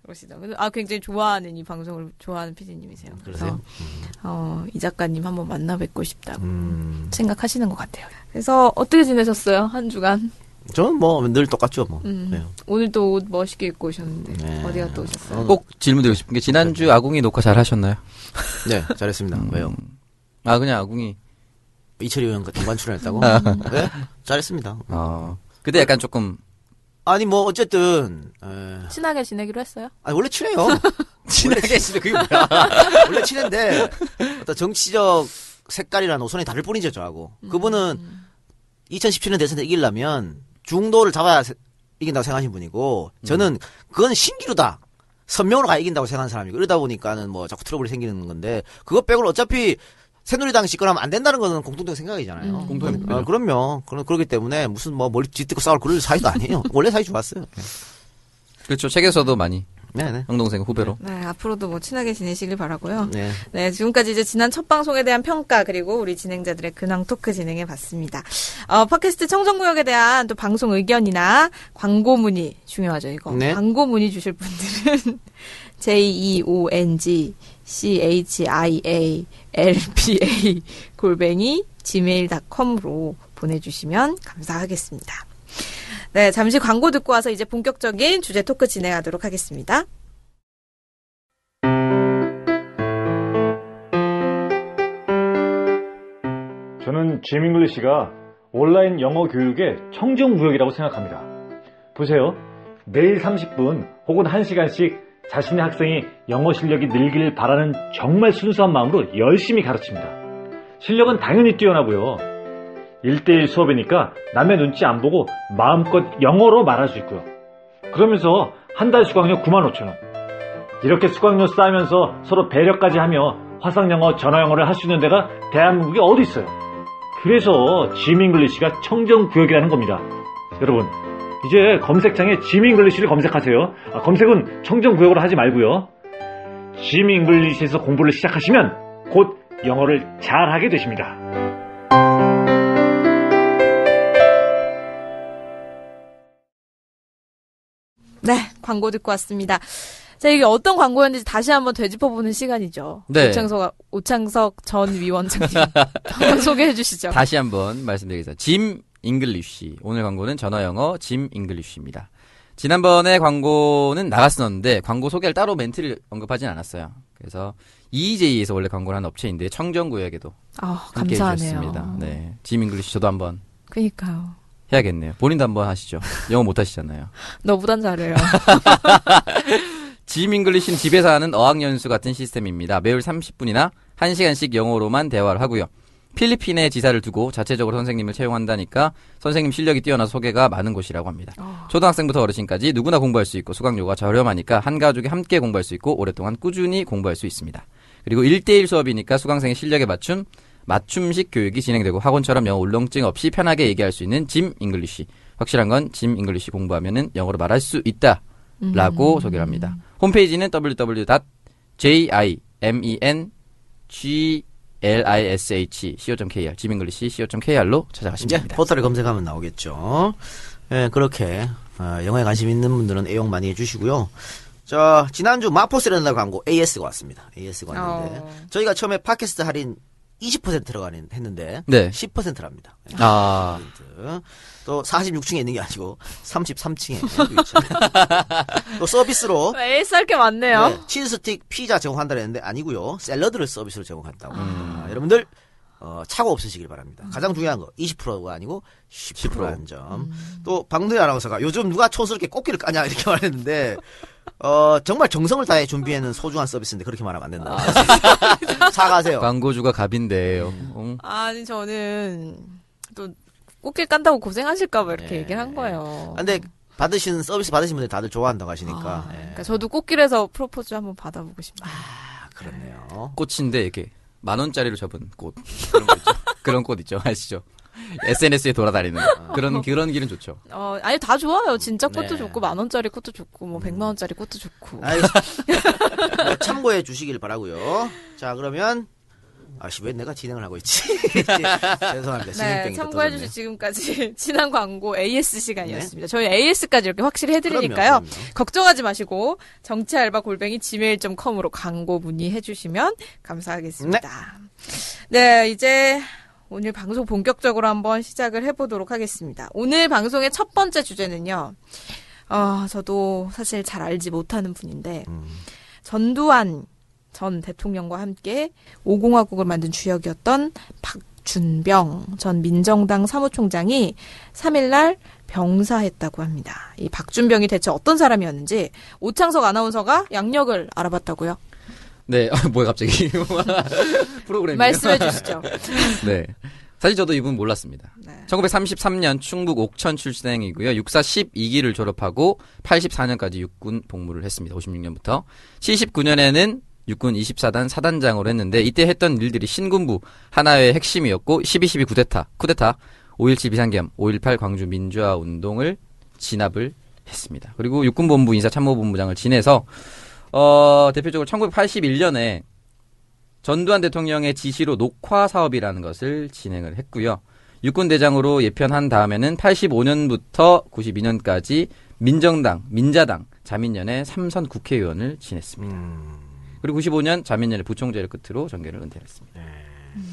그러시다. 근데 아 굉장히 좋아하는 이 방송을 좋아하는 PD님이세요.
음, 그러세요?
어, 이 작가님 한번 만나 뵙고 싶다고
음,
생각하시는 것 같아요. 그래서 어떻게 지내셨어요 한 주간?
저는 뭐 늘 똑같죠, 뭐.
음.
그래요.
오늘도 옷 멋있게 입고 오셨는데
네.
어디 갔다 오셨어요?
어,
꼭 질문드리고 싶은 게 지난주 아궁이 녹화 잘 하셨나요?
네, 잘했습니다. 왜요?
아, 그냥 아궁이.
이철이 의원 동반 출연했다고? 네, 잘했습니다.
어. 그때 약간 조금
아니 뭐 어쨌든 에,
친하게 지내기로 했어요?
아니 원래 친해요.
친하게 진짜 그게 뭐야?
원래 친한데 어떤 정치적 색깔이라는 노선이 다를 뿐이죠, 저하고. 그분은
음.
2017년 대선 때 이기려면 중도를 잡아야 세- 이긴다고 생각하신 분이고 저는
음.
그건 신기루다. 선명으로 가야 이긴다고 생각하는 사람이고 이러다 보니까는 뭐 자꾸 트러블이 생기는 건데 그것 빼고는 어차피 새누리당이 집권하면 안 된다는 거는 공통된 생각이잖아요.
음, 공통된
아, 그럼요. 그럼 그렇기 때문에 무슨 뭐 머리 쥐뜯고 싸울 그럴 사이도 아니에요. 원래 사이 좋았어요.
그렇죠. 책에서도 많이
네네.
형동생 후배로.
네 앞으로도 뭐 친하게 지내시길
아,
바라고요.
네.
네, 지금까지 이제 지난 첫 방송에 대한 평가 그리고 우리 진행자들의 근황 토크 진행해 봤습니다. 어, 팟캐스트 청정구역에 대한 또 방송 의견이나 광고 문의 중요하죠, 이거.
네.
광고 문의 주실 분들은 J E O N G C H I A L P A 골뱅이 gmail.com으로 보내 주시면 감사하겠습니다. 네, 잠시 광고 듣고 와서 이제 본격적인 주제 토크 진행하도록 하겠습니다.
저는 지민글리시가 온라인 영어 교육의 청정구역이라고 생각합니다. 보세요. 매일 30분 혹은 1시간씩 자신의 학생이 영어 실력이 늘길 바라는 정말 순수한 마음으로 열심히 가르칩니다. 실력은 당연히 뛰어나고요. 1대1 수업이니까 남의 눈치 안 보고 마음껏 영어로 말할 수 있고요. 그러면서 한 달 수강료 95,000원. 이렇게 수강료 쌓으면서 서로 배려까지 하며 화상영어, 전화영어를 할 수 있는 데가 대한민국에 어디 있어요? 그래서 지민글리시가 청정구역이라는 겁니다. 여러분, 이제 검색창에 지민글리시를 검색하세요. 아, 검색은 청정구역으로 하지 말고요. 지민글리시에서 공부를 시작하시면 곧 영어를 잘하게 되십니다.
네, 광고 듣고 왔습니다. 자, 이게 어떤 광고였는지 다시 한번 되짚어보는 시간이죠.
네.
오창석, 오창석 전 위원장님. 한번 소개해 주시죠.
다시 한번 말씀드리겠습니다. 짐 잉글리쉬. 오늘 광고는 전화 영어 짐 잉글리쉬입니다. 지난번에 광고는 나갔었는데 광고 소개를 따로 멘트를 언급하진 않았어요. 그래서 EJ에서 원래 광고를 한 업체인데 청정구역에도
아,
함께
감사하네요.
해주셨습니다. 네, 지민글리시 저도 한번
그니까요.
해야겠네요. 본인도 한번 하시죠. 영어 못하시잖아요.
너보단 잘해요.
지민글리시는 집에서 하는 어학연수 같은 시스템입니다. 매일 30분이나 1시간씩 영어로만 대화를 하고요. 필리핀에 지사를 두고 자체적으로 선생님을 채용한다니까 선생님 실력이 뛰어나 소개가 많은 곳이라고 합니다. 초등학생부터 어르신까지 누구나 공부할 수 있고 수강료가 저렴하니까 한 가족이 함께 공부할 수 있고 오랫동안 꾸준히 공부할 수 있습니다. 그리고 1대1 수업이니까 수강생의 실력에 맞춤 맞춤식 교육이 진행되고 학원처럼 영어 울렁증 없이 편하게 얘기할 수 있는 짐 잉글리쉬. 확실한 건 짐 잉글리쉬 공부하면은 영어로 말할 수 있다. 라고 소개를 합니다. 홈페이지는 www.jimenglish.co.kr 지민글리시.co.kr로 찾아가시면
이제
됩니다.
포털에 검색하면 나오겠죠. 예, 그렇게 어, 영화에 관심 있는 분들은 애용 많이 해주시고요. 자 지난주 마포스랜드 광고 AS가 왔습니다. AS가 왔는데
어.
저희가 처음에 팟캐스트 할인 20%로 할인 했는데
네.
10%랍니다. 예,
아,
또 46층에 있는 게 아니고 33층에 또 서비스로
AS 할게 많네요.
네, 치즈스틱 피자 제공한다 했는데 아니고요 샐러드를 서비스로 제공한다고
음.
아, 여러분들 어, 착오 없으시길 바랍니다 가장 중요한 거 20%가 아니고 10%라는
음.
점또 박누리 아나운서가 요즘 누가 촌스럽게 꽃길을 까냐 이렇게 말했는데 어, 정말 정성을 다해 준비해는 소중한 서비스인데 그렇게 말하면 안 된다
아.
사과하세요
광고주가 갑인데 음,
아니, 저는 또 꽃길 깐다고 고생하실까봐 이렇게
네.
예.
얘기를 한 거예요.
아,
근데 받으신 서비스 받으신 분들 이 다들 좋아한다고 하시니까
아,
네.
예,
그러니까 저도 꽃길에서 프로포즈 한번 받아보고 싶네요.
그렇네요
꽃인데 이렇게 만 원짜리로 접은 꽃 그런 거 있죠. 그런 꽃 있죠. 아시죠? SNS에 돌아다니는 거. 그런 그런 길은 좋죠.
어, 아니 다 좋아요. 진짜 꽃도
네.
좋고 만 원짜리 꽃도 좋고
음.
뭐 백만 원짜리 꽃도 좋고.
알겠습니다. 뭐 참고해 주시길 바라고요. 자 그러면 아씨 왜 내가 진행을 하고 있지? 죄송합니다.
네, 참고해
진행병이 또 터졌네요. 네.
주신 지금까지 지난 광고 AS 시간이었습니다. 저희 AS까지 이렇게 확실히 해드리니까요.
그럼요, 그럼요.
걱정하지 마시고 정치알바 골뱅이 gmail.com으로 광고 문의해 주시면 감사하겠습니다. 네. 이제 오늘 방송 본격적으로 한번 시작을 해보도록 하겠습니다. 오늘 방송의 첫 번째 주제는요. 아, 저도 사실 잘 알지 못하는 분인데
음.
전두환 전 대통령과 함께 5공화국을 만든 주역이었던 박준병 전 민정당 사무총장이 3일날 병사했다고 합니다. 이 박준병이 대체 어떤 사람이었는지 오창석 아나운서가 양력을 알아봤다고요?
네, 뭐야 갑자기 프로그램이
말씀해 주시죠.
네. 사실 저도 이분 몰랐습니다. 1933년 충북 옥천 출생이고요. 육사 12기를 졸업하고 84년까지 육군 복무를 했습니다. 56년부터 79년에는 육군 24단 사단장으로 했는데 이때 했던 일들이 신군부 하나의 핵심이었고 12.12 쿠데타, 쿠데타 5.17 비상계엄, 5.18 광주 민주화 운동을 진압을 했습니다. 그리고 육군본부 인사참모본부장을 지내서 어, 대표적으로 1981년에 전두환 대통령의 지시로 녹화 사업이라는 것을 진행을 했고요. 육군 대장으로 예편한 다음에는 85년부터 92년까지 민정당, 민자당, 자민련의 삼선 국회의원을 지냈습니다. 그리고 95년 자민련의 부총재를 끝으로 전계를 은퇴했습니다.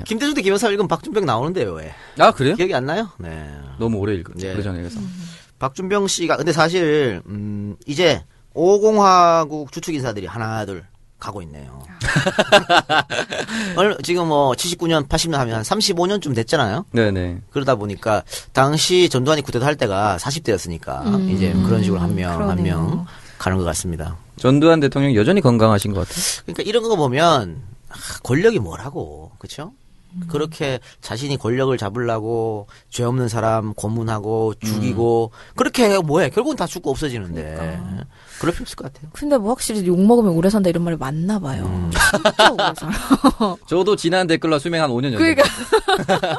김대중 대 김영삼 읽으면 박준병 나오는데요. 왜?
아 그래요?
기억이 안 나요? 네.
너무 오래 읽었죠. 그
네.
오래전에 읽어서.
음.
박준병 씨가 근데 사실 음, 이제 오공화국 주축 인사들이 하나 둘 가고 있네요.
아.
얼- 지금 뭐 79년, 80년 하면 한 35년쯤 됐잖아요.
네네.
그러다 보니까 당시 전두환이 구태도 할 때가 40대였으니까 이제 그런 식으로 한 명 한 명
음. 그러네요.
가는 것 같습니다.
전두환 대통령 여전히 건강하신 것 같아요.
그러니까 이런 거 보면 아, 권력이 뭐라고 그렇죠?
음.
그렇게 자신이 권력을 잡으려고 죄 없는 사람 고문하고 죽이고
음.
그렇게 해야 뭐해 결국은 다 죽고 없어지는데
그러니까.
그럴 필요 없을 것 같아요.
근데 뭐 확실히 욕 먹으면 오래 산다 이런 말이 맞나 봐요.
음.
진짜 오래 살아.
저도 지난 댓글로 수명 한 5년 연속. 네,
그러니까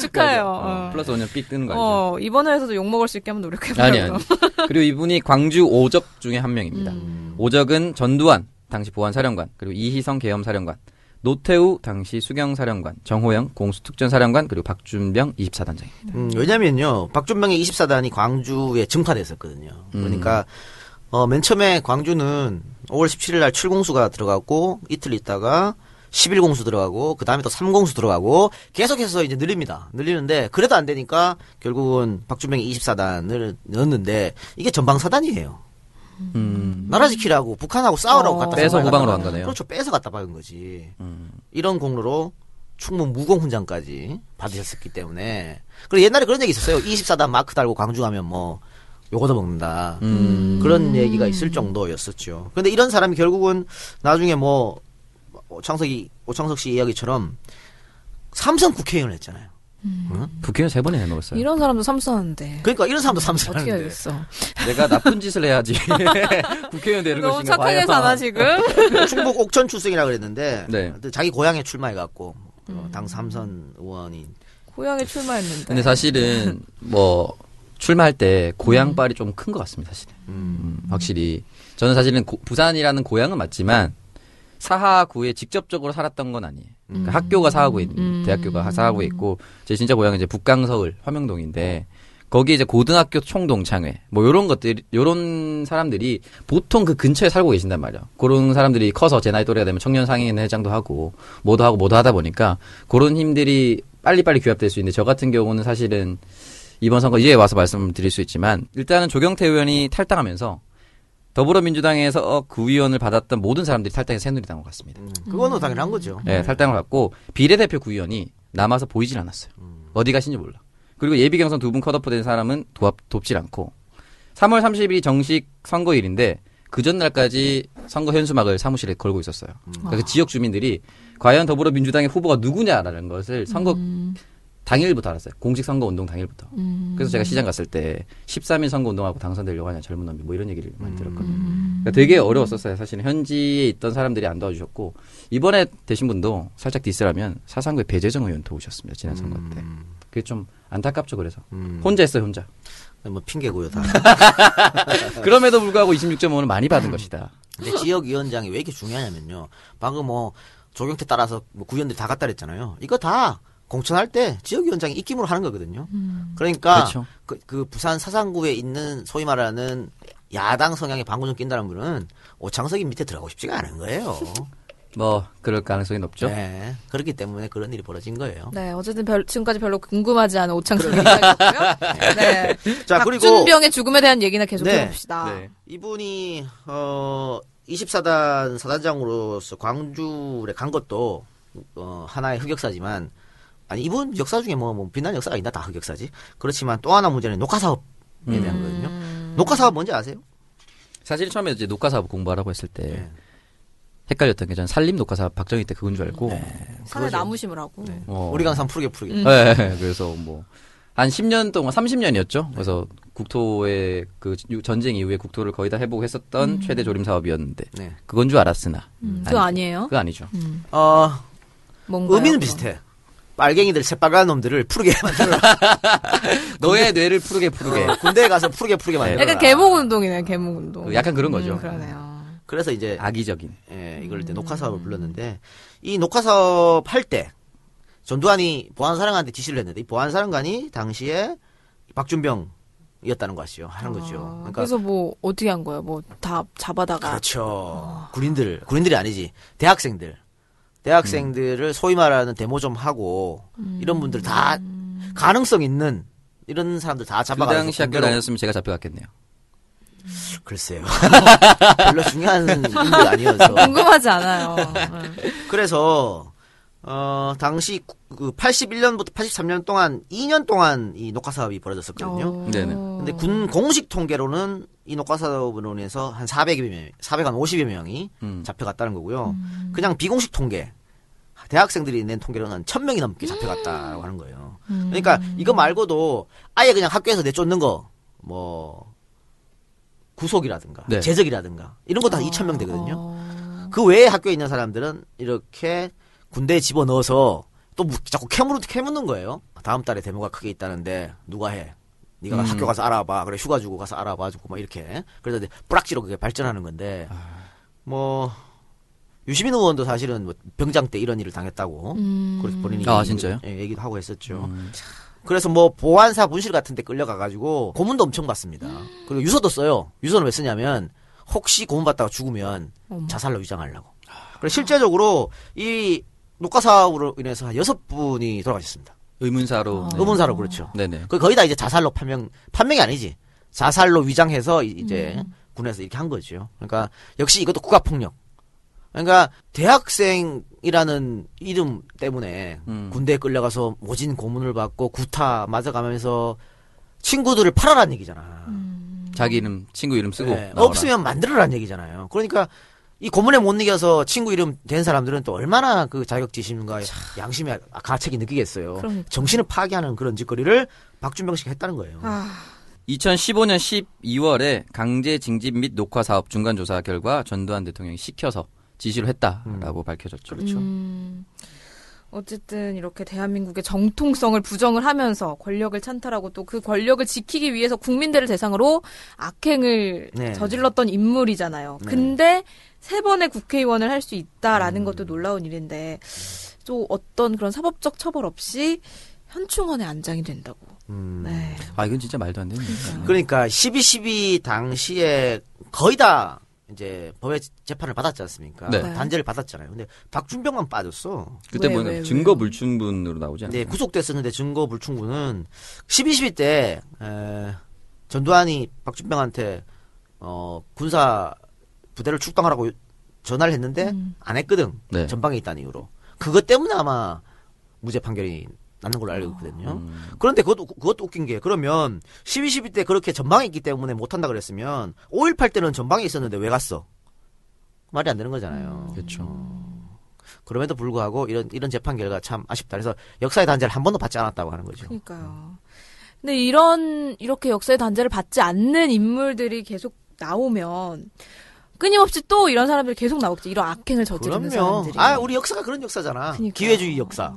축하해요. 어.
플러스 5년 삑 뜨는 거 알죠?
어, 이번 회에서도 욕 먹을 수 있게 한번 노력해보려고.
아니 아니. 그리고 이분이 광주 오적 중에 한 명입니다.
음.
오적은 전두환 당시 보안사령관 그리고 이희성 계엄사령관 노태우 당시 수경사령관 정호영 공수특전사령관 그리고 박준병 24단장입니다.
음, 왜냐면요. 박준명의 24단이 광주에 증파됐었거든요. 그러니까 어, 맨 처음에 광주는 5월 17일 날 7공수가 들어갔고 이틀 있다가 11공수 들어가고 그다음에 또 3공수 들어가고 계속해서 이제 늘립니다. 늘리는데 그래도 안 되니까 결국은 박준명이 24단을 넣었는데 이게 전방사단이에요.
음.
나라 지키라고 북한하고 싸우라고
어.
갖다
빼서
선발해
후방으로
갖다가-
간 거네요.
그렇죠. 빼서 갖다 박은 거지.
음.
이런 공로로 충무 무공 훈장까지 받으셨었기 때문에. 그리고 옛날에 그런 얘기 있었어요. 24단 마크 달고 광주가면 뭐 요거도 먹는다.
음.
그런 얘기가 있을 정도였었죠. 그런데 이런 사람이 결국은 나중에 뭐 오창석이 오창석 씨 이야기처럼 삼선 국회의원을 했잖아요.
음.
국회의원 세 번이나 해먹었어요.
이런 사람도 삼수하는데.
그러니까 이런 사람도 삼선
어떻게
하는데.
알겠어.
내가 나쁜 짓을 해야지 국회의원 되는
너무
것인가
착하게
봐요.
사나 지금?
뭐 충북 옥천 출생이라 그랬는데
네.
자기 고향에 출마해 갖고 뭐
음.
당 삼선 의원이
고향에 출마했는데.
근데 사실은 뭐 출마할 때 고향발이 좀 큰 것 같습니다. 사실 음, 확실히 저는 사실은 고- 부산이라는 고향은 맞지만 사하구에 직접적으로 살았던 건 아니에요. 그러니까 학교가 사하구에 있는 대학교가 사하구에 있고 제 진짜 고향은 이제 북강서울 화명동인데 거기 이제 고등학교 총동창회 뭐 요런 것들 요런 사람들이 보통 그 근처에 살고 계신단 말이야. 그런 사람들이 커서 제 나이 또래가 되면 청년 상인 회장도 하고 뭐도 하고 뭐도 하다 보니까 그런 힘들이 빨리빨리 규합될 수 있는데 저 같은 경우는 사실은 이번 선거 이제 와서 말씀드릴 수 있지만 일단은 조경태 의원이 탈당하면서 더불어민주당에서 구의원을 받았던 모든 사람들이 탈당해서 새누리당으로 갔습니다.
음, 그거는 뭐 당연한 거죠.
네, 탈당을 갖고 비례대표 구의원이 남아서 보이질 않았어요. 어디 가신지 몰라. 그리고 예비 경선 두 분 컷오프 된 사람은 도합, 돕질 않고 3월 30일이 정식 선거일인데 그 전날까지 선거 현수막을 사무실에 걸고 있었어요. 그러니까 그 지역 주민들이 과연 더불어민주당의 후보가 누구냐라는 것을 선거 당일부터 알았어요. 공식 선거 운동 당일부터. 그래서 제가 시장 갔을 때 13일 선거 운동하고 당선되려고 하냐 젊은 놈이 뭐 이런 얘기를 많이 들었거든요. 그러니까 되게 어려웠었어요. 사실은 현지에 있던 사람들이 안 도와주셨고 이번에 되신 분도 살짝 디스라면 사상구의 배재정 의원 도우셨습니다. 지난 선거 때. 그게 좀 안타깝죠. 그래서 혼자 했어요. 혼자.
뭐 핑계고요 다.
그럼에도 불구하고 26.5는 많이 받은 것이다.
근데 지역위원장이 왜 이렇게 중요하냐면요. 방금 뭐 조경태 따라서 뭐 구의원들 다 갔다 그랬잖아요. 이거 다 공천할 때 지역위원장이 입김으로 하는 거거든요.
음.
그러니까
그렇죠.
그, 그 부산 사상구에 있는 소위 말하는 야당 성향의 방구 좀 낀다는 분은 오창석이 밑에 들어가고 싶지가 않은 거예요.
뭐 그럴 가능성이 높죠.
네. 그렇기 때문에 그런 일이 벌어진 거예요.
네, 어쨌든 별- 지금까지 별로 궁금하지 않은 오창석 이야기였고요. 네.
자, 아, 그리고-
박준병의 죽음에 대한 얘기나 계속
네.
해봅시다.
네.
이분이 어 24단 사단장으로서 광주에 간 것도 어 하나의 흑역사지만 아니 이분 역사 중에 뭐, 뭐 빛난 역사가 있나 다 흑역사지. 그렇지만 또 하나 문제는 녹화 사업에
음.
대한 거거든요. 녹화 사업 뭔지 아세요?
사실 처음에 이제 녹화사업 공부하라고 했을 때 헷갈렸던 게 저는 산림 녹화사업 박정희 때 그건 줄 알고
산에 나무 심으라고.
네.
어,
우리 강산 푸르게 푸르게.
음.
예, 예. 그래서 뭐 한 10년 동안 30년이었죠. 그래서 국토의 그 유- 전쟁 이후에 국토를 거의 다 회복을 했었던 최대 조림 사업이었는데
네.
그건 줄 알았으나
음. 그거 아니에요? 음.
그거 아니죠.
어
뭔가
의미는 비슷해. 빨갱이들 새빨간 놈들을 푸르게 만들어.
너의 뇌를 푸르게 푸르게
군대에 가서 푸르게 푸르게 만들어.
네. 약간 개목 운동이네요. 개목 운동.
그 약간 그런 거죠.
음, 그러네요.
그래서 이제
악의적인.
예, 이걸 이제 녹화
음.
사업을 불렀는데 이 녹화 사업 할 때 전두환이 보안사령관한테 지시를 했는데 이 보안사령관이 당시에 박준병이었다는 것이요 하는 거죠.
아,
그러니까
그래서 뭐 어떻게 한 거예요? 뭐 다 잡아다가
그렇죠. 군인들 군인들이 아니지 대학생들
음.
대학생들을 소위 말하는 데모 좀 하고 이런 분들 다 가능성 있는 이런 사람들 다
그
잡아가지고
당시 학교
군대로-
다녔으면 제가 잡혀갔겠네요.
글쎄요 별로 중요한 인물 아니어서
궁금하지 않아요.
그래서 어 당시 그 81년부터 83년 동안 2년 동안 이 녹화 사업이 벌어졌었거든요.
어.
네네.
근데 군 공식 통계로는 이 녹화 사업으로 인해서 한 400여 명, 450여 명이
음.
잡혀갔다는 거고요. 그냥 비공식 통계 대학생들이 낸 통계로는 한 1000명이 넘게 잡혀갔다고 하는 거예요. 그러니까 이거 말고도 아예 그냥 학교에서 내쫓는 거 뭐 구속이라든가
네.
제적이라든가 이런 거 다 2000명 되거든요. 그 외에 학교에 있는 사람들은 이렇게 군대에 집어넣어서 또 무- 자꾸 캐물어 캐묻는 거예요. 다음 달에 데모가 크게 있다는데 누가 해? 네가 학교 가서 알아봐. 그래 휴가 주고 가서 알아봐 주고 막 이렇게. 그래서 이제 뿌락지로 그게 발전하는 건데 뭐 유시민 의원도 사실은 뭐 병장 때 이런 일을 당했다고 그렇게 본인이
아,
얘기-
진짜요? 음.
예, 얘기도 하고 했었죠. 그래서 뭐 보안사 분실 같은 데 끌려가가지고 고문도 엄청 받습니다. 그리고 유서도 써요. 유서는 왜 쓰냐면 혹시 고문받다가 죽으면 자살로 위장하려고. 그래서 실제적으로 이 녹화사업으로 인해서 한 여섯 분이 돌아가셨습니다.
의문사로. 네.
어. 의문사로 그렇죠.
네네. 음.
그 거의 다 이제 자살로 판명 판명이 아니지 자살로 위장해서 이- 이제 군에서 이렇게 한 거죠. 그러니까 역시 이것도 국가 폭력. 그러니까 대학생이라는 이름 때문에
음.
군대에 끌려가서 모진 고문을 받고 구타 맞아가면서 친구들을 팔아라는 얘기잖아.
자기 이름, 친구 이름 음. 쓰고.
네,
나와라.
없으면 만들어라는 얘기잖아요. 그러니까 이 고문에 못 이겨서 친구 이름 된 사람들은 또 얼마나 그 자격지심과 양심의 가책이 느끼겠어요.
그러니까.
정신을 파괴하는 그런 짓거리를 박준병 씨가 했다는 거예요.
아,
2015년 12월에 강제 징집 및 녹화 사업 중간 조사 결과 전두환 대통령이 시켜서 지시를 했다라고 밝혀졌죠.
그렇죠.
음. 어쨌든 이렇게 대한민국의 정통성을 부정을 하면서 권력을 찬탈하고 또 그 권력을 지키기 위해서 국민들을 대상으로 악행을
네.
저질렀던 인물이잖아요.
네. 음.
근데 세 번의 국회의원을 할 수 있다라는 것도 놀라운 일인데 또 어떤 그런 사법적 처벌 없이 현충원에 안장이 된다고.
음.
네.
아 이건 진짜 말도 안 되는 얘기야.
그러니까 12.12 당시에 거의 다 이제 법의 재판을 받았지 않습니까?
네.
단죄를 받았잖아요. 근데 박준병만 빠졌어.
그때
왜,
보니까
왜, 왜?
증거 불충분으로 나오지 않나요?
네, 구속됐었는데 증거 불충분은 12.12 때, 에, 전두환이 박준병한테, 어, 군사 부대를 출동하라고 요- 전화를 했는데, 안 했거든.
네.
전방에 있다는 이유로. 그것 때문에 아마 무죄 판결이 나는 걸로 알고 있거든요.
음.
그런데 그것도, 그것도 웃긴 게, 그러면 12.12 때 그렇게 전방에 있기 때문에 못한다 그랬으면, 5.18 때는 전방에 있었는데 왜 갔어? 말이 안 되는 거잖아요.
그렇죠.
그럼에도 불구하고 이런 이런 재판 결과 참 아쉽다. 그래서 역사의 단죄를 한 번도 받지 않았다고 하는 거죠.
그러니까요. 근데 이런 이렇게 역사의 단죄를 받지 않는 인물들이 계속 나오면 끊임없이 또 이런 사람들이 계속 나오겠죠. 이런 악행을 저지르는
그럼요.
사람들이.
아 우리 역사가 그런 역사잖아.
그러니까요. 어.
기회주의 역사.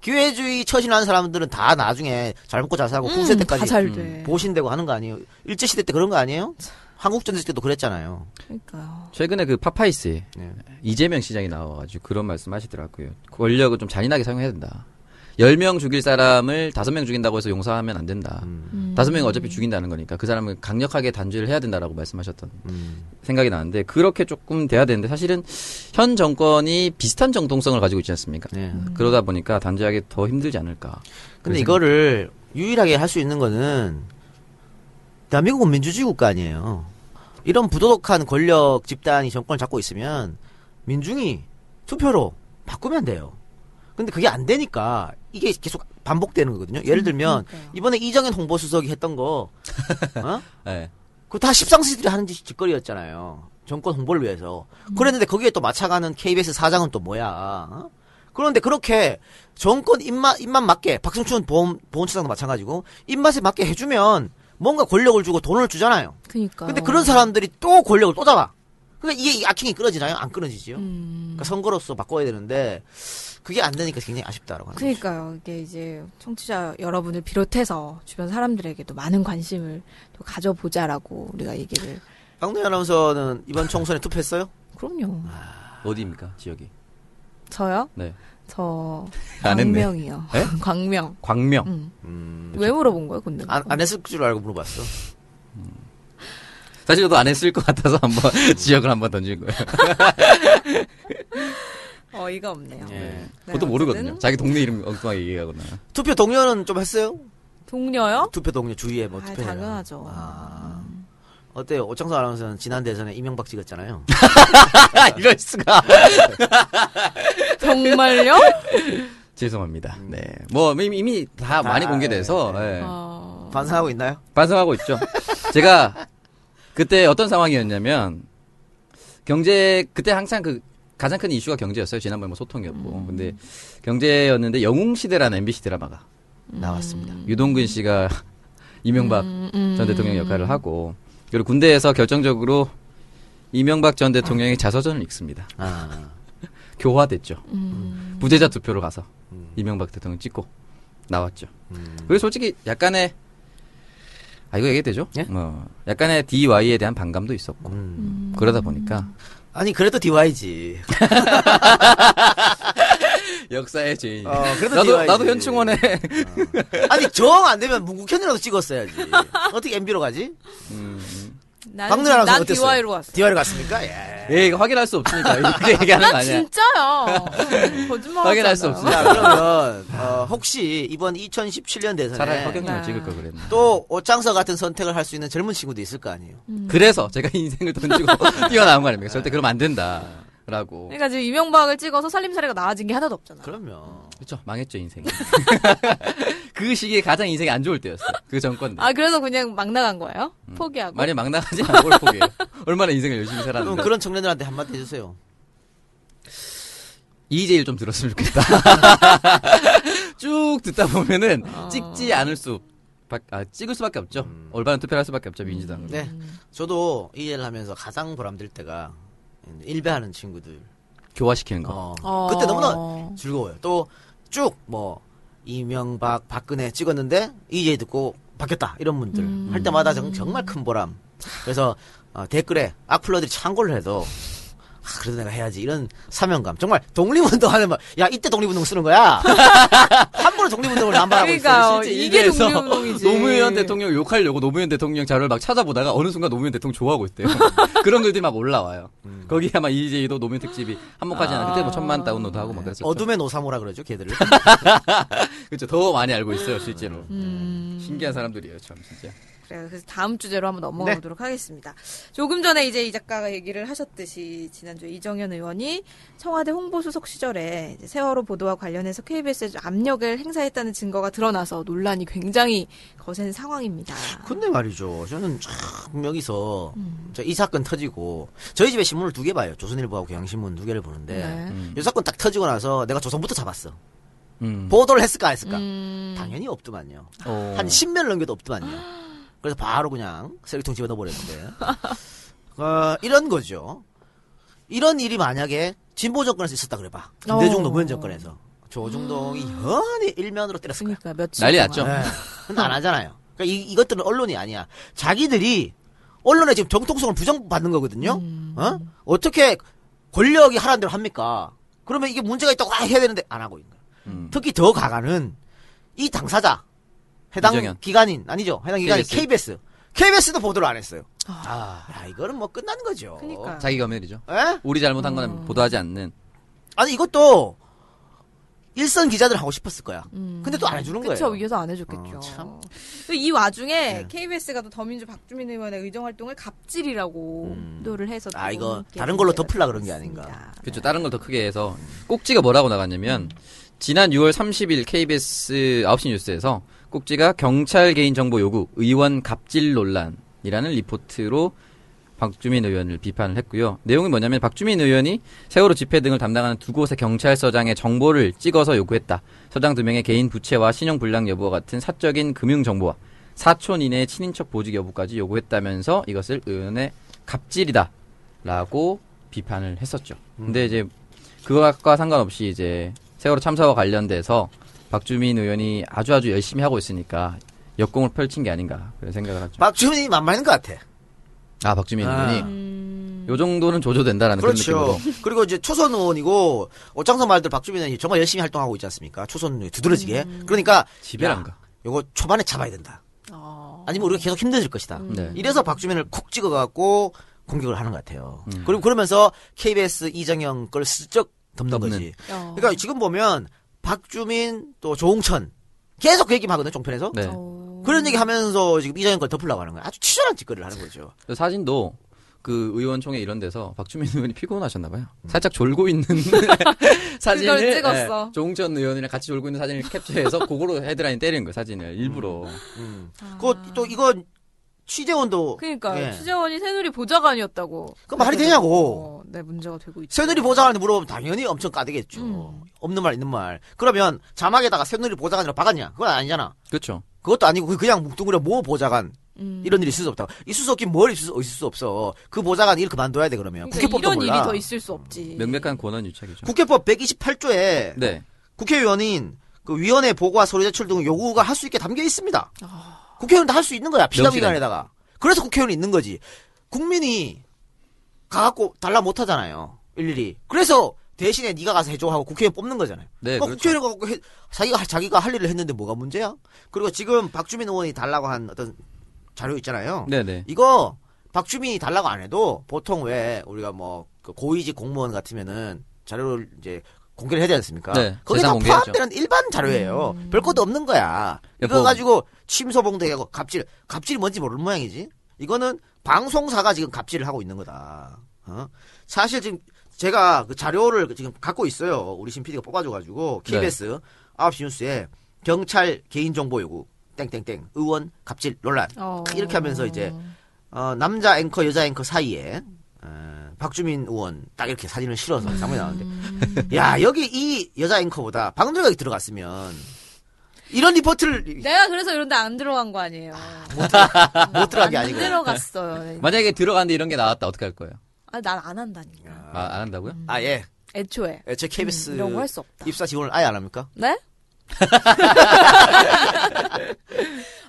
기회주의 처신하는 사람들은 다 나중에 잘 먹고 잘 살고 후세 뭐
음,
때까지 뭐.
다잘 돼.
보신되고 하는 거 아니에요? 일제 시대 때 그런 거 아니에요? 한국 전쟁 때도 그랬잖아요.
그러니까요.
최근에 그 파파이스
네.
이재명 시장이 나와가지고 그런 말씀하시더라고요. 권력을 좀 잔인하게 사용해야 된다. 10명 죽일 사람을 5명 죽인다고 해서 용서하면 안 된다. 다섯 명이 어차피 죽인다는 거니까 그 사람은 강력하게 단죄를 해야 된다라고 말씀하셨던 생각이 나는데 그렇게 조금 돼야 되는데 사실은 현 정권이 비슷한 정통성을 가지고 있지 않습니까?
네.
그러다 보니까 단죄하기 더 힘들지 않을까.
근데
그래서-
이거를 유일하게 할 수 있는 거는 대한민국은 민주주의 국가 아니에요. 이런 부도덕한 권력 집단이 정권을 잡고 있으면 민중이 투표로 바꾸면 돼요. 근데 그게 안 되니까 이게 계속 반복되는 거거든요. 예를 들면 이번에 이정현 홍보수석이 했던 거, 어?
네.
그거 다 십상시들이 하는 짓- 짓거리였잖아요. 정권 홍보를 위해서.
음.
그랬는데 거기에 또 맞춰가는 KBS 사장은 또 뭐야. 어? 그런데 그렇게 정권 입맛, 입맛 맞게, 박성춘 보험, 보험치상도 마찬가지고, 입맛에 맞게 해주면 뭔가 권력을 주고 돈을 주잖아요.
그러니까.
근데 그런 사람들이 또 권력을 또 잡아. 그러니까 이게 이 악행이 끊어지나요? 안 끊어지지요.
음.
그러니까 선거로서 바꿔야 되는데, 그게 안 되니까 굉장히 아쉽다라고 하는 거죠.
그러니까요. 이게 이제 청취자 여러분을 비롯해서 주변 사람들에게도 많은 관심을 또 가져보자라고 우리가 얘기를.
박노현 아나운서는 이번 총선에 투표했어요?
그럼요.
어디입니까? 지역이.
저요?
네.
저
안 했네.
광명이요.
에?
광명.
광명.
왜 물어본 거예요, 근데?
안, 안 했을 줄 알고 물어봤어.
사실 저도 안 했을 것 같아서 한번 지역을 한번 던진 거예요.
어이가 없네요. 네,
그것도
어쨌든
모르거든요. 자기 동네 이름 엉뚱하게 얘기하거나.
투표 동료는 좀 했어요?
동료요?
투표 동료 주위에 뭐
아,
투표
당연하죠.
어때요? 오창수 아나운서는 지난 대선에 이명박 찍었잖아요.
음.
이럴 수가.
정말요?
죄송합니다. 네. 뭐 이미, 이미 다 많이 공개돼서 예.
어,
반성하고 있나요?
반성하고 있죠. 제가 그때 어떤 상황이었냐면 경제 그때 항상 그 가장 큰 이슈가 경제였어요. 지난번에 뭐 소통이었고.
음.
근데 경제였는데 영웅 시대라는 MBC 드라마가
음.
나왔습니다. 유동근 씨가 이명박
음,
전 대통령 역할을 하고 그리고 군대에서 결정적으로 이명박 전 대통령의 자서전을 읽습니다.
아,
교화됐죠.
음.
음. 부재자 투표로 가서
음.
이명박 대통령 찍고 나왔죠. 그리고 솔직히 약간의 아 이거 얘기 되죠?
예? 음.
뭐 약간의 DY에 대한 반감도 있었고
음.
그러다 보니까
아니 그래도 DY지.
역사의 죄인.
어, 그래도
나도
DY지.
나도 현충원에
아니 정 안 되면 문국현이라도 찍었어야지. 어떻게 MB로 가지?
나는,
박누나
난
랑 어땠어요?
DY로 왔어.
DY로 갔습니까? 예.
예, 이거 확인할 수 없으니까. 이거 그게 얘기하는 거
나
아니야.
진짜야. 거짓말
확인할 수
음.
없어.
자, 그러면 어, 혹시 이번 2017년
차라리
대선에
허경영을
네.
찍을 걸 그랬나.
또 오창서 같은 선택을 할 수 있는 젊은 친구도 있을 거 아니에요.
음.
그래서 제가 인생을 던지고 뛰어나온 거 아닙니까? 절대 그러면 안 된다.
네.
라고.
그러니까 지금 이명박을 찍어서 살림살이가 나아진 게 하나도 없잖아.
그러면
그렇죠. 망했죠, 인생이. 그 시기에 가장 인생이 안 좋을 때였어. 그 정권. 내.
아 그래서 그냥 막 나간 거예요?
음.
포기하고.
만약 막 나가지 않고 올 포기해요. 얼마나 인생을 열심히
음.
그럼
살았는데.
그런 청년들한테 한마디 해주세요.
이재일 좀 들었으면 좋겠다. 쭉 듣다 보면은 찍지 않을 수, 밖- 아, 찍을 수밖에 없죠. 올바른 투표를 할 수밖에 없죠, 민주당은.
네,
음.
저도 이 일을 하면서 가장 보람될 때가 일배하는 친구들.
교화시키는 거.
어.
어.
그때 너무나 즐거워요. 또 쭉 뭐 이명박, 박근혜 찍었는데 이제 듣고 바뀌었다 이런 분들
음.
할 때마다 정, 정말 큰 보람. 그래서 어, 댓글에 악플러들이 창고를 해도 아, 그래도 내가 해야지 이런 사명감. 정말 독립운동하는 말야 이때 독립운동 쓰는 거야. 함부로 독립운동을 남발하고 있어.
그러니까요.
실제
이게
일베에서
독립운동이지.
노무현 대통령 욕하려고 노무현 대통령 자료를 막 찾아보다가 어느 순간 노무현 대통령 좋아하고 있대요. 그런 글들이 막 올라와요. 거기에 아마 이재희도 노무현 특집이 한몫하지 않아. 그때 뭐 천만 다운로드 하고 막 그랬었죠.
어둠의 노사모라 그러죠 걔들을.
그렇죠. 더 많이 알고 있어요, 실제로. 신기한 사람들이에요, 참 진짜.
그래요. 그래서 다음 주제로 한번
네.
넘어가 보도록 하겠습니다. 조금 전에 이제 이 작가가 얘기를 하셨듯이 지난주 에 이정현 의원이 청와대 홍보수석 시절에 이제 세월호 보도와 관련해서 KBS에 압력을 행사했다는 증거가 드러나서 논란이 굉장히 거센 상황입니다.
그
근데 말이죠. 저는 참 여기서 저이 사건 터지고 저희 집에 신문을 두 개 봐요. 조선일보하고 경향신문 두 개를 보는데 음.
네.
이 사건 딱 터지고 나서 내가 조선부터 잡았어.
음.
보도를 했을까 안 했을까?
음.
당연히 없더만요.
어.
한 10면을 넘겨도 없더만요. 그래서 바로 그냥 쓰레기통 집에 넣어버렸는데 어, 이런 거죠. 이런 일이 만약에 진보 정권에서 있었다 그래봐. 김대중
어. 아.
노무현 정권에서 조중동이 연히 일면으로 때렸을 거야.
그러니까 며칠
난리
동안.
났죠?
네. 근데 안 하잖아요. 그러니까 이, 이것들은 언론이 아니야. 자기들이 언론의 지금 정통성을 부정받는 거거든요.
음.
어? 어떻게 권력이 하라는 대로 합니까? 그러면 이게 문제가 있다고 막 해야 되는데 안 하고 있는 거야.
음.
특히 더 가가는 이 당사자 해당
이정현.
기관인 아니죠? 해당 기관인
KBS.
KBS. KBS도 보도를 안 했어요. 아, 야, 이거는 뭐 끝난 거죠.
그러니까.
자기 검열이죠.
예?
우리 잘못한 거는 보도하지 않는.
아니 이것도 일선 기자들 하고 싶었을 거야. 근데 또 안 해주는
음. 그쵸,
거예요.
이어서 안 해줬겠죠.
어, 참. 네.
또이 와중에 KBS가 또 더민주 박주민 의원의 의정 활동을 갑질이라고 보도를 해서
아,
또
이거
함께
다른 걸로
문제가
덮으려 그런 게
됐습니다.
아닌가.
그렇죠. 다른 걸 더 크게 해서 꼭지가 뭐라고 나갔냐면 지난 6월 30일 KBS 9시 뉴스에서 꼭지가 경찰 개인 정보 요구 의원 갑질 논란이라는 리포트로 박주민 의원을 비판을 했고요. 내용이 뭐냐면 박주민 의원이 세월호 집회 등을 담당하는 두 곳의 경찰서장의 정보를 찍어서 요구했다. 서장 두 명의 개인 부채와 신용 불량 여부와 같은 사적인 금융 정보와 사촌 이내의 친인척 보직 여부까지 요구했다면서 이것을 의원의 갑질이다라고 비판을 했었죠.
음.
근데 이제 그것과 상관없이 이제 세월호 참사와 관련돼서 박주민 의원이 아주 아주 열심히 하고 있으니까 역공을 펼친 게 아닌가 그런 생각을 하죠.
박주민이 만만한 것 같아.
아 박주민
아.
의원이 음. 요 정도는 조조된다라는 그런
그렇죠.
느낌으로
그리고 이제 초선 의원이고 오창석 말대로 박주민 의원이 정말 열심히 활동하고 있지 않습니까? 초선 의원이 두드러지게.
음.
그러니까
집에
야,
안 가.
요거 초반에 잡아야 된다.
어.
아니면 우리가 계속 힘들어질 것이다.
음.
네.
이래서 박주민을 콕 찍어갖고 공격을 하는 것 같아요.
음.
그리고 그러면서 KBS 이정영 걸 슬쩍 덮는
덮는.
거지.
어.
그러니까 지금 보면 박주민 또 조홍천 계속 그 얘기만 하거든요. 종편에서.
네.
어.
그런 얘기 하면서 지금 이정영 걸 덮으려고 하는 거야. 아주 치졸한 짓거리를 하는 거죠.
그 사진도 그 의원총회 이런 데서 박주민 의원이 피곤하셨나 봐요. 살짝 졸고 있는 사진을
음. 그걸 찍었어.
예, 조홍천 의원이랑 같이 졸고 있는 사진을 캡처해서 그거로 헤드라인 때리는 거예요. 사진을 일부러.
음.
음. 그거 또 이거 취재원도
아. 그러니까
예.
취재원이 새누리 보좌관이었다고.
그거 말이 되냐고.
어, 네 문제가 되고 있죠.
새누리 보좌관한테 물어보면 당연히 엄청 까대겠죠.
음.
없는 말 있는 말. 그러면 자막에다가 새누리 보좌관이라고 박았냐? 그건 아니잖아.
그렇죠.
그것도 아니고 그- 그냥 뭉뚱그려 모 보좌관
음.
이런 일이 있을 수 없다고. 이 수석이 뭘 있을 수, 있을 수 없어. 그 보좌관 일 그만둬야 돼 그러면.
그러니까
국회법도
이런
몰라. 음.
일이 더 있을 수 없지.
명백한 권한 유착이죠.
국회법 128조에
네.
국회의원인 그 위원회 보고와 서류 제출 등 요구가 할 수 있게 담겨 있습니다. 국회의원도 할 수 있는 거야. 비상기관에다가. 그래서 국회의원이 있는 거지. 국민이 가갖고 달라 못 하잖아요. 일일이. 그래서 대신에 네가 가서 해줘 하고 국회의원 뽑는 거잖아요.
네,
뭐
그렇죠.
국회의원 가갖고 해- 자기가 자기가 할 일을 했는데 뭐가 문제야? 그리고 지금 박주민 의원이 달라고 한 어떤 자료 있잖아요.
네네.
이거 박주민이 달라고 안 해도 보통 왜 우리가 뭐그 고위직 공무원 같으면은 자료를 이제 공개를 해야 되지 않습니까?
네,
거기에 다
세상 공개하죠.
포함되는 일반 자료예요. 별 것도 없는 거야. 이거
뭐-
가지고 침소봉대하고 갑질, 갑질이 뭔지 모르는 모양이지? 이거는 방송사가 지금 갑질을 하고 있는 거다. 어? 사실 지금 제가 그 자료를 지금 갖고 있어요. 우리 신 PD가 뽑아줘가지고
네.
KBS 아 9시 뉴스에 경찰 개인정보 요구 땡땡땡 의원 갑질 논란
어.
이렇게 하면서 이제 어, 남자 앵커 여자 앵커 사이에 어, 박주민 의원 딱 이렇게 사진을
음.
실어서 장면이 나오는데 야 여기 이 여자 앵커보다 방송국이 들어갔으면 이런 리포트를
내가 그래서 이런데 안 들어간 거 아니에요.
못 들어간 게
안
아니고
들어갔어요.
만약에 들어갔는데 이런 게 나왔다 어떻게 할 거예요?
아, 음. 난 안 한다니까.
아, 안 한다고요?
아예
애초에.
제 KBS
음, 이런 거 할 수 없다.
입사 지원을 아예 안 합니까?
네?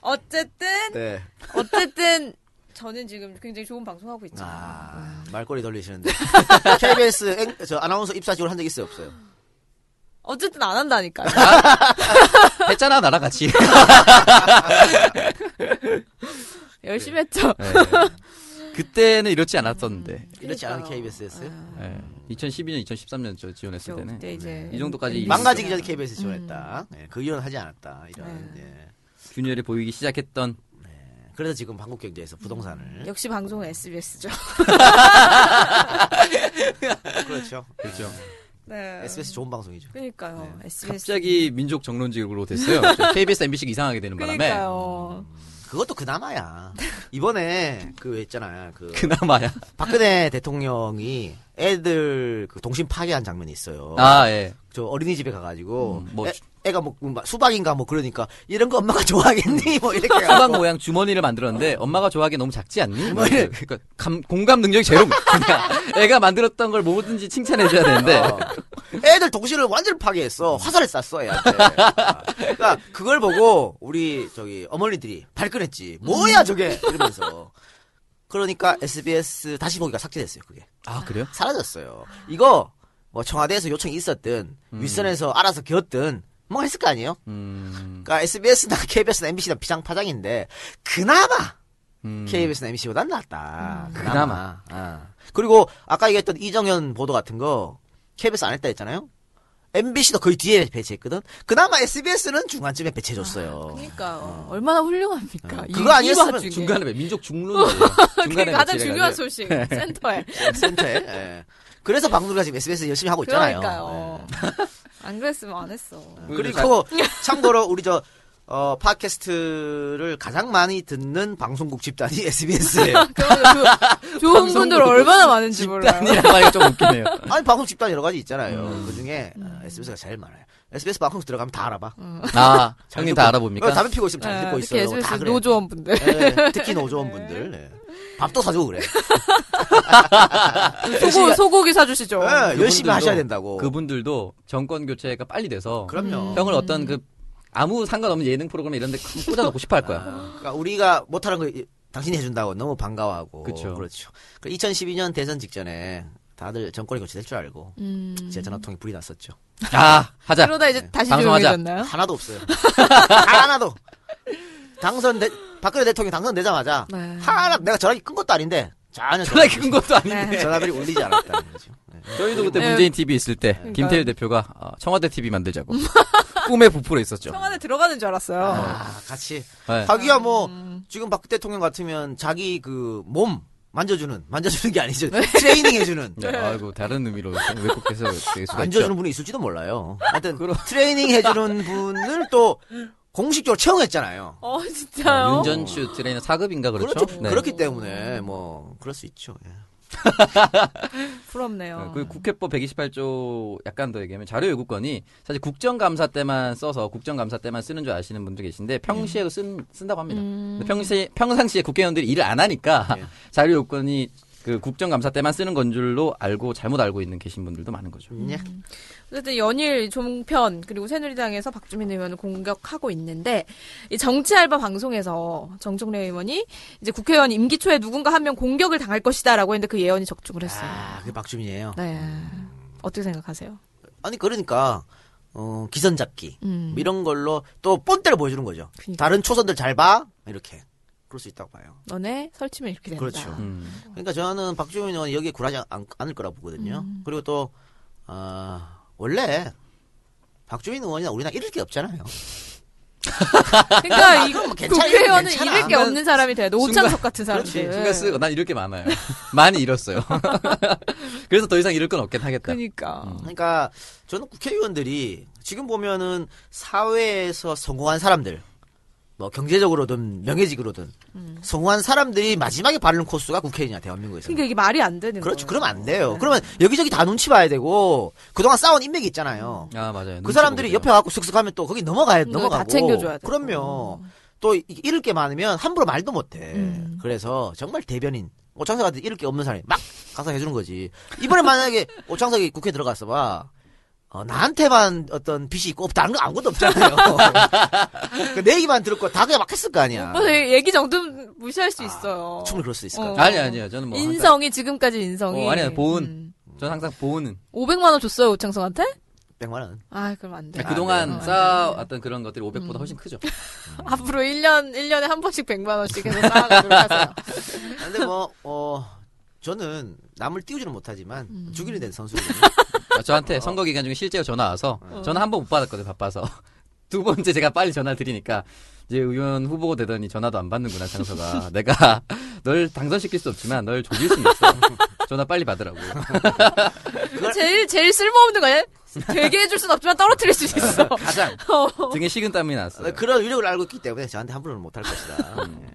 어쨌든
네.
어쨌든 저는 지금 굉장히 좋은 방송하고 있잖아요.
아,
음.
말꼬리 돌리시는데. KBS 앵, 저 아나운서 입사 지원 한 적 있어요, 없어요?
어쨌든 안 한다니까요.
했잖아 나랑 같이.
열심히 했죠.
네. 그때는 이렇지 않았었는데.
이렇지 않은
그러니까요. 음.
KBS였어요?
네. 2012년, 2013년 저 지원했을 때는
그때 이제
네. 이 정도까지
음.
있었어요.
예. 망가지기 전에 KBS 지원했다. 예, 그 이유는 하지 않았다.
네.
이런. 예.
균열이 보이기 시작했던
그래서 지금 한국경제에서 부동산을.
역시 방송은 SBS죠.
그렇죠.
그렇죠.
네.
SBS 좋은 방송이죠.
그러니까요. SBS.
갑자기 민족 정론직으로 됐어요. KBS, MBC 가 이상하게 되는 바람에
네. 그러니까요.
그것도 그나마야. 이번에 그 있잖아요. 그
그나마야.
박근혜 대통령이 애들 그 동심 파괴한 장면이 있어요.
아 예.
저 어린이집에 가가지고
음, 뭐
애,
주-
애가 뭐 수박인가 뭐 그러니까 이런 거 엄마가 좋아하겠니 뭐 이렇게
수박
해가지고
모양 주머니를 만들었는데 엄마가 좋아하기 너무 작지 않니? 뭐 이래. 그러니까 감- 공감 능력이 제로. 그냥 애가 만들었던 걸 뭐든지 칭찬해줘야 되는데
어. 애들 동시를 완전 히
음.
파괴했어. 화살을 쐈어, 애한테. 아, 그러니까 그걸 보고 우리 저기 어머니들이 발끈했지. 뭐야 저게 이러면서. 그러니까 SBS 다시 보기가 삭제됐어요, 그게.
아 그래요?
사라졌어요. 이거 뭐 청와대에서 요청이 있었든
음.
윗선에서 알아서 기었든 뭐 했을 거 아니에요?
음,
그러니까 SBS나 KBS나 MBC나 비장파장인데 그나마
음.
KBS나 MBC보다 낫다.
음.
그나마.
그나마. 아. 그리고 아까 얘기했던 이정현 보도 같은 거 KBS 안 했다 했잖아요. MBC도 거의 뒤에 배치했거든. 그나마 SBS는 중간쯤에 배치해줬어요.
그러니까 얼마나 훌륭합니까? 이-
어, 그거 아니었으면
이 와중에.
중간에 왜 민족 중론이에요.
그게
중간에
가장
며칠에
중요한
가지고.
소식 센터에.
센터에. 예. 그래서 방송가 지금 SBS 열심히 하고 있잖아요.
그러니까요. 안 그랬으면 안 했어.
음,
예. 그리고 참고로 우리 저 어, 팟캐스트를 가장 많이 듣는 방송국 집단이 SBS예요.
그러면 그 좋은 분들 얼마나 많은지 몰라요.
집단이라 말이 좀 웃기네요.
아니 방송 집단 여러 가지 있잖아요.
음.
그 중에
음.
SBS가 제일 많아요. SBS 방송 들어가면 다 알아봐.
아
잘
형님
듣고-
다 알아봅니까?
어, 담배 피고 있으면 잘 듣고
네, 특히
있어요.
SBS
다 그래.
노조원분들.
예, 특히 노조원분들. 예. 밥도 사주고 그래.
소고, 소고기 사주시죠. 네.
예, 열심히
그분들도-
하셔야 된다고.
그분들도 정권 교체가 빨리 돼서
음.
그럼요.
형을 어떤 그 아무 상관없는 예능 프로그램 이런 데 꽂아놓고 싶어 할 거야.
그러니까 우리가 못하는 거 이- 당신이 해준다고 너무 반가워하고.
그쵸.
그렇죠. 2012년 대선 직전에 다들 정권이 교체될 줄 알고
음.
제 전화통에 불이 났었죠.
아 하자.
그러다 이제 다시
방송하자.
조용해졌나요?
하나도 없어요. 하나도. 당선 대, 박근혜 대통령 당선되자마자
네.
하나 내가 전화기 끈 것도 아닌데 전혀
전화기 끈 것도 아닌데.
전화벨이 울리지 않았다는 거죠. 예.
저희도 그때
네.
문재인 TV 있을 때 김태일 대표가 어, 청와대 TV 만들자고 꿈에 부풀어 있었죠.
청와대 들어가는 줄 알았어요.
아, 같이.
네.
자기야 뭐 지금 박 대통령 같으면 자기 그 몸 만져주는 만져주는 게 아니죠. 트레이닝 해주는.
네, 아이고 다른 의미로 왜곡해서 되게 수가 있죠. 그렇죠.
만져주는 분이 있을지도 몰라요. 하여튼
그럼.
트레이닝 해주는 분을 또 공식적으로 채용했잖아요.
어, 진짜요?
윤전슈 트레이너 4급인가 그렇죠? 네.
그렇기 때문에 뭐 그럴 수 있죠. 예.
부럽네요.
그 국회법 128조 약간 더 얘기하면 자료 요구권이 사실 국정감사 때만 써서 국정감사 때만 쓰는 줄 아시는 분도 계신데 평시에도 쓴, 쓴다고 합니다.
음.
근데 평시, 평상시에 국회의원들이 일을 안 하니까 자료 요구권이 그 국정감사 때만 쓰는 건 줄로 알고 잘못 알고 있는 계신 분들도 많은 거죠.
예.
어쨌든 연일 종편 그리고 새누리당에서 박주민 의원을 공격하고 있는데 이 정치알바 방송에서 정청래 의원이 이제 국회의원 임기 초에 누군가 한 명 공격을 당할 것이다라고 했는데 그 예언이 적중을 했어요.
아, 그게 박주민이에요.
네. 어떻게 생각하세요?
아니 그러니까 어, 기선 잡기
음. 그러니까.
뭐 이런 걸로 또 본때를 보여주는 거죠.
그니까.
다른 초선들 잘 봐. 이렇게. 그럴 수 있다고 봐요.
너네 설치면 이렇게 된다.
그렇죠.
음.
그러니까 저는 박지원 의원 여기에 굴하지 않, 을 거라고 보거든요.
음.
그리고 또, 아, 원래 박주민 의원이나 우리나 잃을 게 없잖아요.
그러니까 이
괜찮아,
국회의원은
괜찮아.
잃을 게 없는 사람이 돼야 돼. 오창석 같은
그렇지.
사람들.
순간 쓰고 난 이럴 게 많아요. 많이 잃었어요. 그래서 더 이상 잃을 건 없긴 하겠다.
그러니까.
그러니까 저는 국회의원들이 지금 보면은 사회에서 성공한 사람들, 뭐 경제적으로든 명예직으로든
음.
성공한 사람들이 마지막에 바르는 코스가 국회의원이야 대한민국에서.
그러니까 이게 말이 안 되는
그렇죠.
거예요.
그러면 안 돼요. 그러면 여기저기 다 눈치 봐야 되고 그동안 쌓아온 인맥이 있잖아요.
아 맞아요.
그
눈치
사람들이
보고요.
옆에 와갖고 슥슥 하면 또 거기 넘어가야
음, 다
넘어가고
챙겨줘야 되고. 음.
그럼요. 또 이- 잃을 게 많으면 함부로 말도 못해. 그래서 정말 대변인 오창석한테 잃을 게 없는 사람이 막 가서 해주는 거지. 이번에 만약에 오창석이 국회 들어갔어 봐. 어, 나한테만 어떤 빚이 있고 없- 다른 거 아무것도 없잖아요. 그내 얘기만 들었고 다 그냥 막 했을 거 아니야.
뭐 얘기 정도는 무시할 수 있어요.
충분히 아, 그럴 수 있을 것
어.
같아.
아니 아니요. 저는 뭐 항상-
인성이 지금까지 인성이.
어, 아니야 보은.
음.
저는 항상 보는.
500만 원 줬어요 오창석한테?
100만 원.
아 음. 그럼 안 돼.
아, 그동안
어,
쌓아왔던 그런 것들이 500보다 훨씬 크죠.
앞으로 1년 1년에 한 번씩 100만 원씩 해서 쌓아가도록 네, 하세요.
근데 뭐 어, 저는 남을 띄우지는 못하지만
음.
주기는 된 선수거든요.
아,
어.
저한테 선거 기간 중에 실제로 전화 와서 저는 한 번 못 받았거든요. 바빠서. 두 번째 제가 빨리 전화를 드리니까 이제 의원 후보가 되더니 전화도 안 받는구나 장서가 내가 널 당선시킬 수 없지만 널 조질 수는 있어 전화 빨리 받으라고
제일 제일 쓸모없는 거야. 되게 해줄 순 없지만 떨어뜨릴 수 있어.
가장
어. 아,
등에 식은땀이
네,
났어요
그런 위력을 알고 있기 때문에 저한테 함부로는 못할 것이다.
네.
예.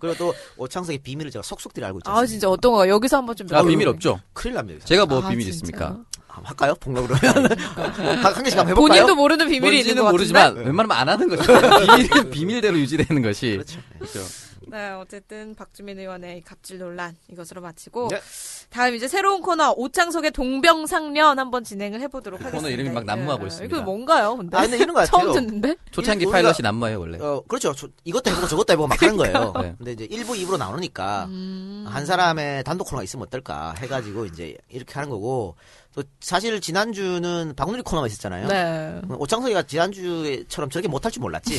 그리고 또 오창석의 비밀을 제가 속속들이 알고 있지
아
않습니까?
진짜 어떤 거야? 여기서 한번 좀.
아 비밀 없죠
큰일 납니다. 여기서.
제가 뭐
아,
비밀
진짜?
있습니까
아, 할까요? 폭로로 한, 한 개씩 한번 해볼까요?
본인도 모르는 비밀이 있는
뭔지는
것
모르지만
같은데. 네.
웬만하면 안 하는 거죠 비밀은 비밀대로 유지되는 것이
그렇죠.
그렇죠.
네, 어쨌든 박주민 의원의 이 갑질 논란 이것으로 마치고
네.
다음 이제 새로운 코너 오창석의 동병상련 한번 진행을 해보도록 하겠습니다.
코너 이름이 막 난무하고 있습니다.
이거 뭔가요? 근데
아, 근데 이런 거
처음
같아요.
듣는데
초창기
우리가-
파일럿이 남마예요 원래
어, 그렇죠. 저- 이것도 해보고 저것도 해보고 막 하는 거예요.
그러니까요. 네.
근데 이제 1부, 2부로 나오니까
음.
한 사람의 단독 코너가 있으면 어떨까 해가지고 이제 이렇게 하는 거고 또 사실 지난주는 박누리 코너가 있었잖아요.
네.
음, 오창석이가 지난주처럼 저렇게 못할 줄 몰랐지.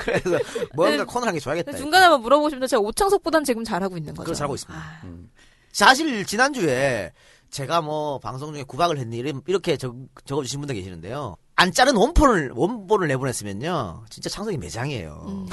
그래서 뭔가 코너를 한게 좋아야겠다.
근데 네. 중간에 한번 물어보시면 제가 오창석보단 지금 잘하고 있는 거죠.
네. 그걸 잘하고 있습니다. 음.
아,
사실 지난주에 제가 뭐 방송 중에 구박을 했니 이런- 이렇게 적, 어주신 분들 계시는데요. 안 자른 원본을 원본을 내보냈으면요, 진짜 창석이 매장이에요.
음.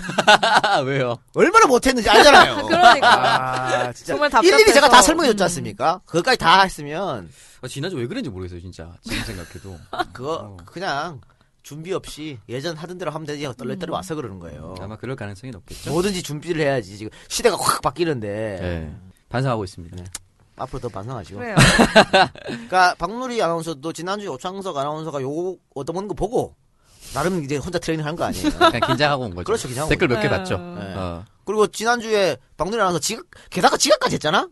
아, 왜요
얼마나 못했는지 알잖아요.
그러니까.
아, 진짜
정말 답답해서. 음.
일일이 제가 다 설명해줬지 않습니까? 그것까지 다 했으면
아, 지난주 왜 그랬는지 모르겠어요 진짜 지금 생각해도
그거 그냥 준비 없이 예전 하던 대로 하면 되지
음.
떨레떨레 와서 그러는 거예요.
아마 그럴 가능성이 높겠죠
뭐든지 준비를 해야지 지금 시대가 확 바뀌는데
네. 반성하고 있습니다
앞으로 더 반성하시고.
그래요.
그러니까 박누리 아나운서도 지난주에 오창석 아나운서가 요거 얻어먹는 거 보고 나름 이제 혼자 트레이닝 한 거 아니에요.
그냥 긴장하고 온 거죠
그렇죠, 긴장하고
댓글 몇 개
네.
봤죠
네.
어.
그리고 지난주에 박누리 아나운서 지각 게다가 지각까지 했잖아.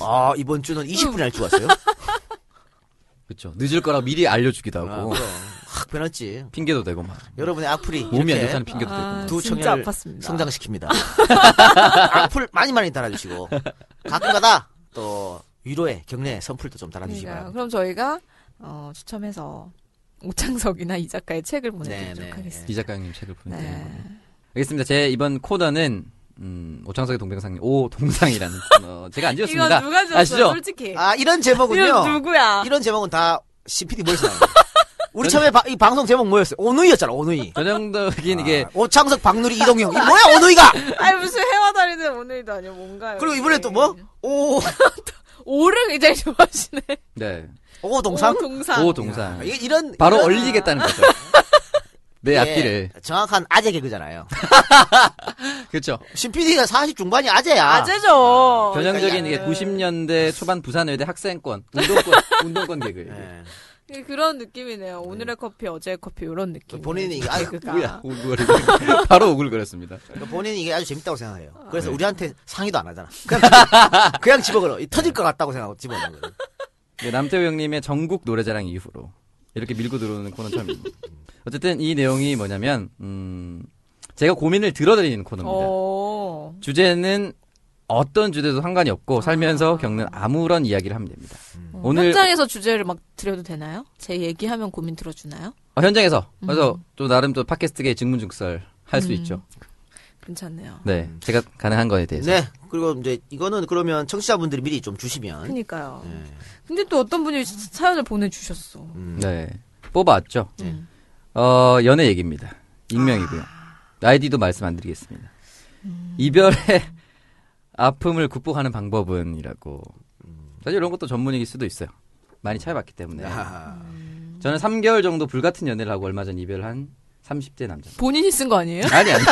아 이번 주는 20분이 날줄 왔어요.
그렇죠. 늦을 거라 미리 알려주기도
아,
하고
어. 확 변했지.
핑계도 대고 막
여러분의 악플이
몸이 안
이렇게
좋다는 핑계도 대고.
두
진짜
청년을
아팠습니다.
성장시킵니다. 악플 많이 많이 달아주시고 가끔가다 또 위로의 격려의 선풀도 좀 달아주시기
그러니까요.
바랍니다.
그럼 저희가 어, 추첨해서 오창석이나 이 작가의 책을 보내드리도록
네, 네,
하겠습니다.
이 작가님 책을 보내드리는
네.
거네요. 알겠습니다. 제 이번 코너는 음, 오창석의 동병상 오 동상이라는 어, 제가 안 지었습니다.
이건 누가 지었어?
아시죠?
솔직히.
아 이런 제목은요.
이건 누구야?
이런 제목은 다 CPD 모여서 나와요. 우리 처음에 바- 이 방송 제목 뭐였어요? 오누이였잖아, 오누이.
전형적인 이게
아, 오창석, 박누리, 이동형. 이 뭐야, 오누이가!
아니 무슨 해와 달이든 오늘도 아니야 뭔가요?
그리고 이번에 또 뭐? 오,
오를 굉장히 좋아하시네.
네.
오 동상?
오 동상.
오 동상.
이- 이런.
바로
이런-
얼리겠다는 거죠. 내
예,
앞뒤를
정확한 아재 개그잖아요.
그렇죠.
신PD가 40 중반이 아재야. 그러니까
아재죠.
전형적인
그러니까
이게 90년대 초반 부산의대 학생권 운동권 운동권 개그. 예.
예.
예, 그런 느낌이네요. 오늘의 커피, 어제의 커피 이런 느낌.
본인이 이게 아이,
그러니까.
뭐야 오글거리고 바로 오글거렸습니다.
그러니까 본인이 이게 아주 재밌다고 생각해요. 그래서
네.
우리한테 상의도 안 하잖아. 그냥, 집어- 그냥 집어걸어. 이 터질 것 같다고 생각하고 집어넣는 거예요.
네, 남태우 형님의 전국 노래자랑 이후로 이렇게 밀고 들어오는 코너 처음입니다. 어쨌든 이 내용이 뭐냐면 음, 제가 고민을 들어드리는 코너입니다.
오.
주제는 어떤 주제도 상관이 없고 살면서 겪는 아무런 이야기를 하면 됩니다. 오늘
현장에서 주제를 막 드려도 되나요? 제 얘기하면 고민 들어주나요?
어, 현장에서 그래서 또 나름 또 팟캐스트계 증문증설 할 수 있죠.
괜찮네요.
네. 제가 가능한 거에 대해서.
음. 네. 그리고 이제 이거는 그러면 청취자분들이 미리 좀 주시면
그니까요. 근데 또 어떤 분이 사연을 보내주셨어.
네. 뽑아왔죠.
네.
어, 연애 얘기입니다. 익명이고요. 아이디도 말씀 안 드리겠습니다. 이별의 아픔을 극복하는 방법은이라고. 사실 이런 것도 전문일 수도 있어요. 많이 차이봤기 때문에.
음. 아,
저는 3개월 정도 불같은 연애를 하고 얼마 전 이별을 한 30대 남자.
본인이 쓴 거 아니에요?
아니 아니.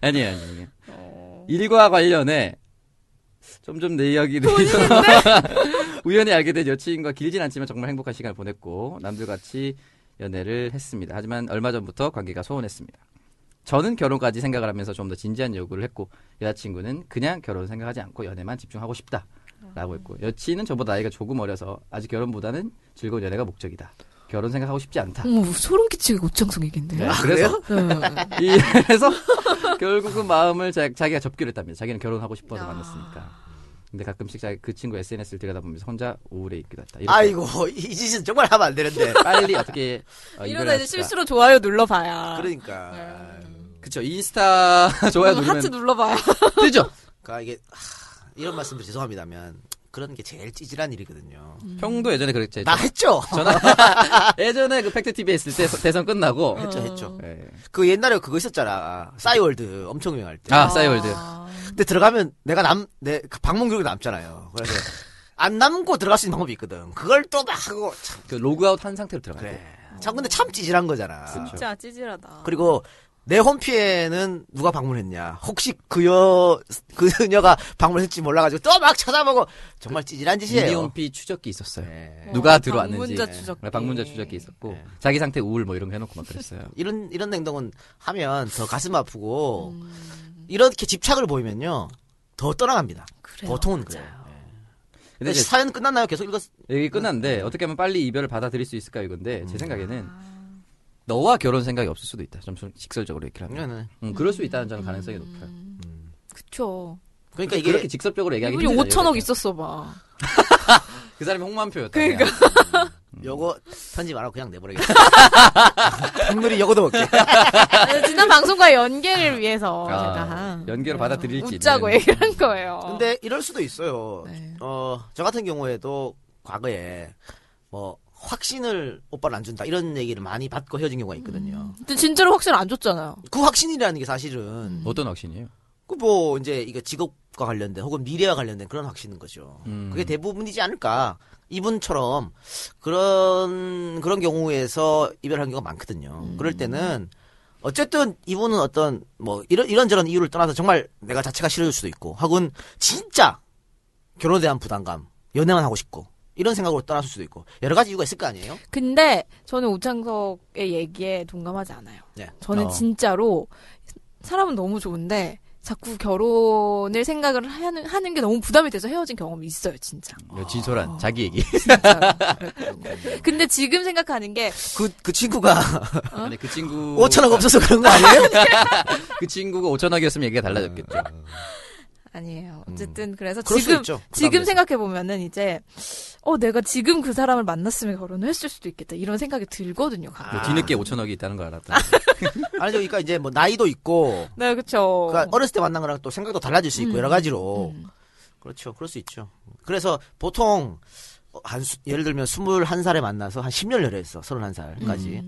아니 아니 아니.
어.
일과 관련해 점점 내 이야기를 우연히 알게 된 여친과 길진 않지만 정말 행복한 시간을 보냈고 남들같이 연애를 했습니다. 하지만 얼마 전부터 관계가 소원했습니다. 저는 결혼까지 생각을 하면서 좀 더 진지한 요구를 했고 여자친구는 그냥 결혼 생각하지 않고 연애만 집중하고 싶다.
아.
라고 했고 여친은 저보다 나이가 조금 어려서 아직 결혼보다는 즐거운 연애가 목적이다. 결혼 생각하고 싶지 않다.
어머, 뭐 소름 끼치게 우창성 얘기인데.
네,
아,
아, 그래서
네.
이래서 결국은 마음을 자, 자기가 접기로 했답니다. 자기는 결혼하고 싶어서 만났으니까. 근데 가끔씩 자기 그 친구 SNS를 들여다보면서 혼자 우울해 있기도 했다. 이렇게
아이고 이, 이 짓은 정말 하면 안 되는데.
빨리 어떻게 어,
이러다 이제
이별을
실수로 좋아요 네. 눌러봐야.
그러니까
그쵸 인스타 좋아요
그럼
누르면
하트 눌러봐야.
뜨죠.
그러니까 이게 하, 이런 말씀을 죄송합니다면 그런 게 제일 찌질한 일이거든요.
음.
형도 예전에 그랬죠.
나 했죠.
전화
아.
예전에 그 팩트 TV 했을 때 서- 대선 끝나고
어.
했죠 했죠.
예.
그 옛날에 그거 있었잖아. 싸이월드 엄청 유명할 때.
아 싸이월드
근데 들어가면 내가 남, 내 방문 기록이 남잖아요. 그래서 안 남고 들어갈 수 있는 방법이 있거든. 그걸 또 막 하고 참
그 로그아웃 한 상태로 들어갔대.
그래. 참 근데 참 찌질한 거잖아.
그렇죠.
진짜 찌질하다.
그리고 내 홈피에는 누가 방문했냐? 혹시 그여 그녀가 방문했지 몰라가지고 또 막 찾아보고 정말 찌질한 짓이에요.
이디홈피 추적기 있었어요.
네.
누가 들어왔는지
방문자
예.
추적기.
방문자 추적기 있었고 자기 상태 우울 뭐 이런 거 해놓고 막 그랬어요.
이런 이런 행동은 하면 더 가슴 아프고 이렇게 집착을 보이면요 더 떠나갑니다.
음. 그래요,
보통은 그래요.
근데
근데
이제
사연 끝났나요? 계속 읽었.
얘기
네.
끝났는데 어떻게 하면 빨리 이별을 받아들일 수 있을까 이건데
음.
제 생각에는
아.
너와 결혼 생각이 없을 수도 있다. 좀 직설적으로 얘기를 하면.
네.
음, 그럴 수 있다는 저는 가능성이
음.
높아요.
그쵸.
그러니까
그렇게
이게
직설적으로 그렇죠. 얘기하기
이분이
힘들잖아요.
5천억 있었어 봐.
그 사람이 홍만표였다.
그러니까.
그냥.
요거 편집 안 하고 그냥 내버리겠다. 확률이 요거도 먹게.
지난 방송과 연계를 위해서
아,
제가
연계로 받아들일지
웃자고
있는.
얘기를 한 거예요.
근데 이럴 수도 있어요.
네.
어, 저 같은 경우에도 과거에 뭐 확신을 오빠는 안 준다 이런 얘기를 많이 받고 헤어진 경우가 있거든요.
근데 진짜로 확실히 안 줬잖아요.
그 확신이라는 게 사실은
어떤 확신이에요?
그 뭐 이제 이게 직업과 관련된 혹은 미래와 관련된 그런 확신인 거죠.
음.
그게 대부분이지 않을까. 이분처럼 그런 그런 경우에서 이별한 경우가 많거든요. 그럴 때는 어쨌든 이분은 어떤 뭐 이런 이런저런 이유를 떠나서 정말 내가 자체가 싫어질 수도 있고 혹은 진짜 결혼에 대한 부담감, 연애만 하고 싶고 이런 생각으로 떠났을 수도 있고 여러 가지 이유가 있을 거 아니에요?
근데 저는 우창석의 얘기에 동감하지 않아요.
네.
저는
어.
진짜로 사람은 너무 좋은데 자꾸 결혼을 생각을 하는, 하는 게 너무 부담이 돼서 헤어진 경험이 있어요, 진짜.
진솔한
어.
자기 얘기.
근데 지금 생각하는 게
그, 그 친구가
어?
아니 그 친구
5천억 없어서 그런 거 아니에요?
그 친구가 5천억이었으면 얘기가 달라졌겠죠.
음.
아니에요. 어쨌든 그래서
그럴 수
지금
있죠.
지금
부담돼서.
생각해 보면은 이제 어 내가 지금 그 사람을 만났으면 결혼을 했을 수도 있겠다 이런 생각이 들거든요. 가끔.
뭐 뒤늦게 5천억이 있다는 걸
아,
알았다.
아니죠. 그러니까 이제 뭐 나이도 있고
네, 그렇죠.
그러니까 어렸을 때 만난 거랑 또 생각도 달라질 수 있고 여러 가지로 그렇죠 그럴 수 있죠 그래서 보통 한 수- 예를 들면 21살에 만나서 한 10년 연애했어 31살까지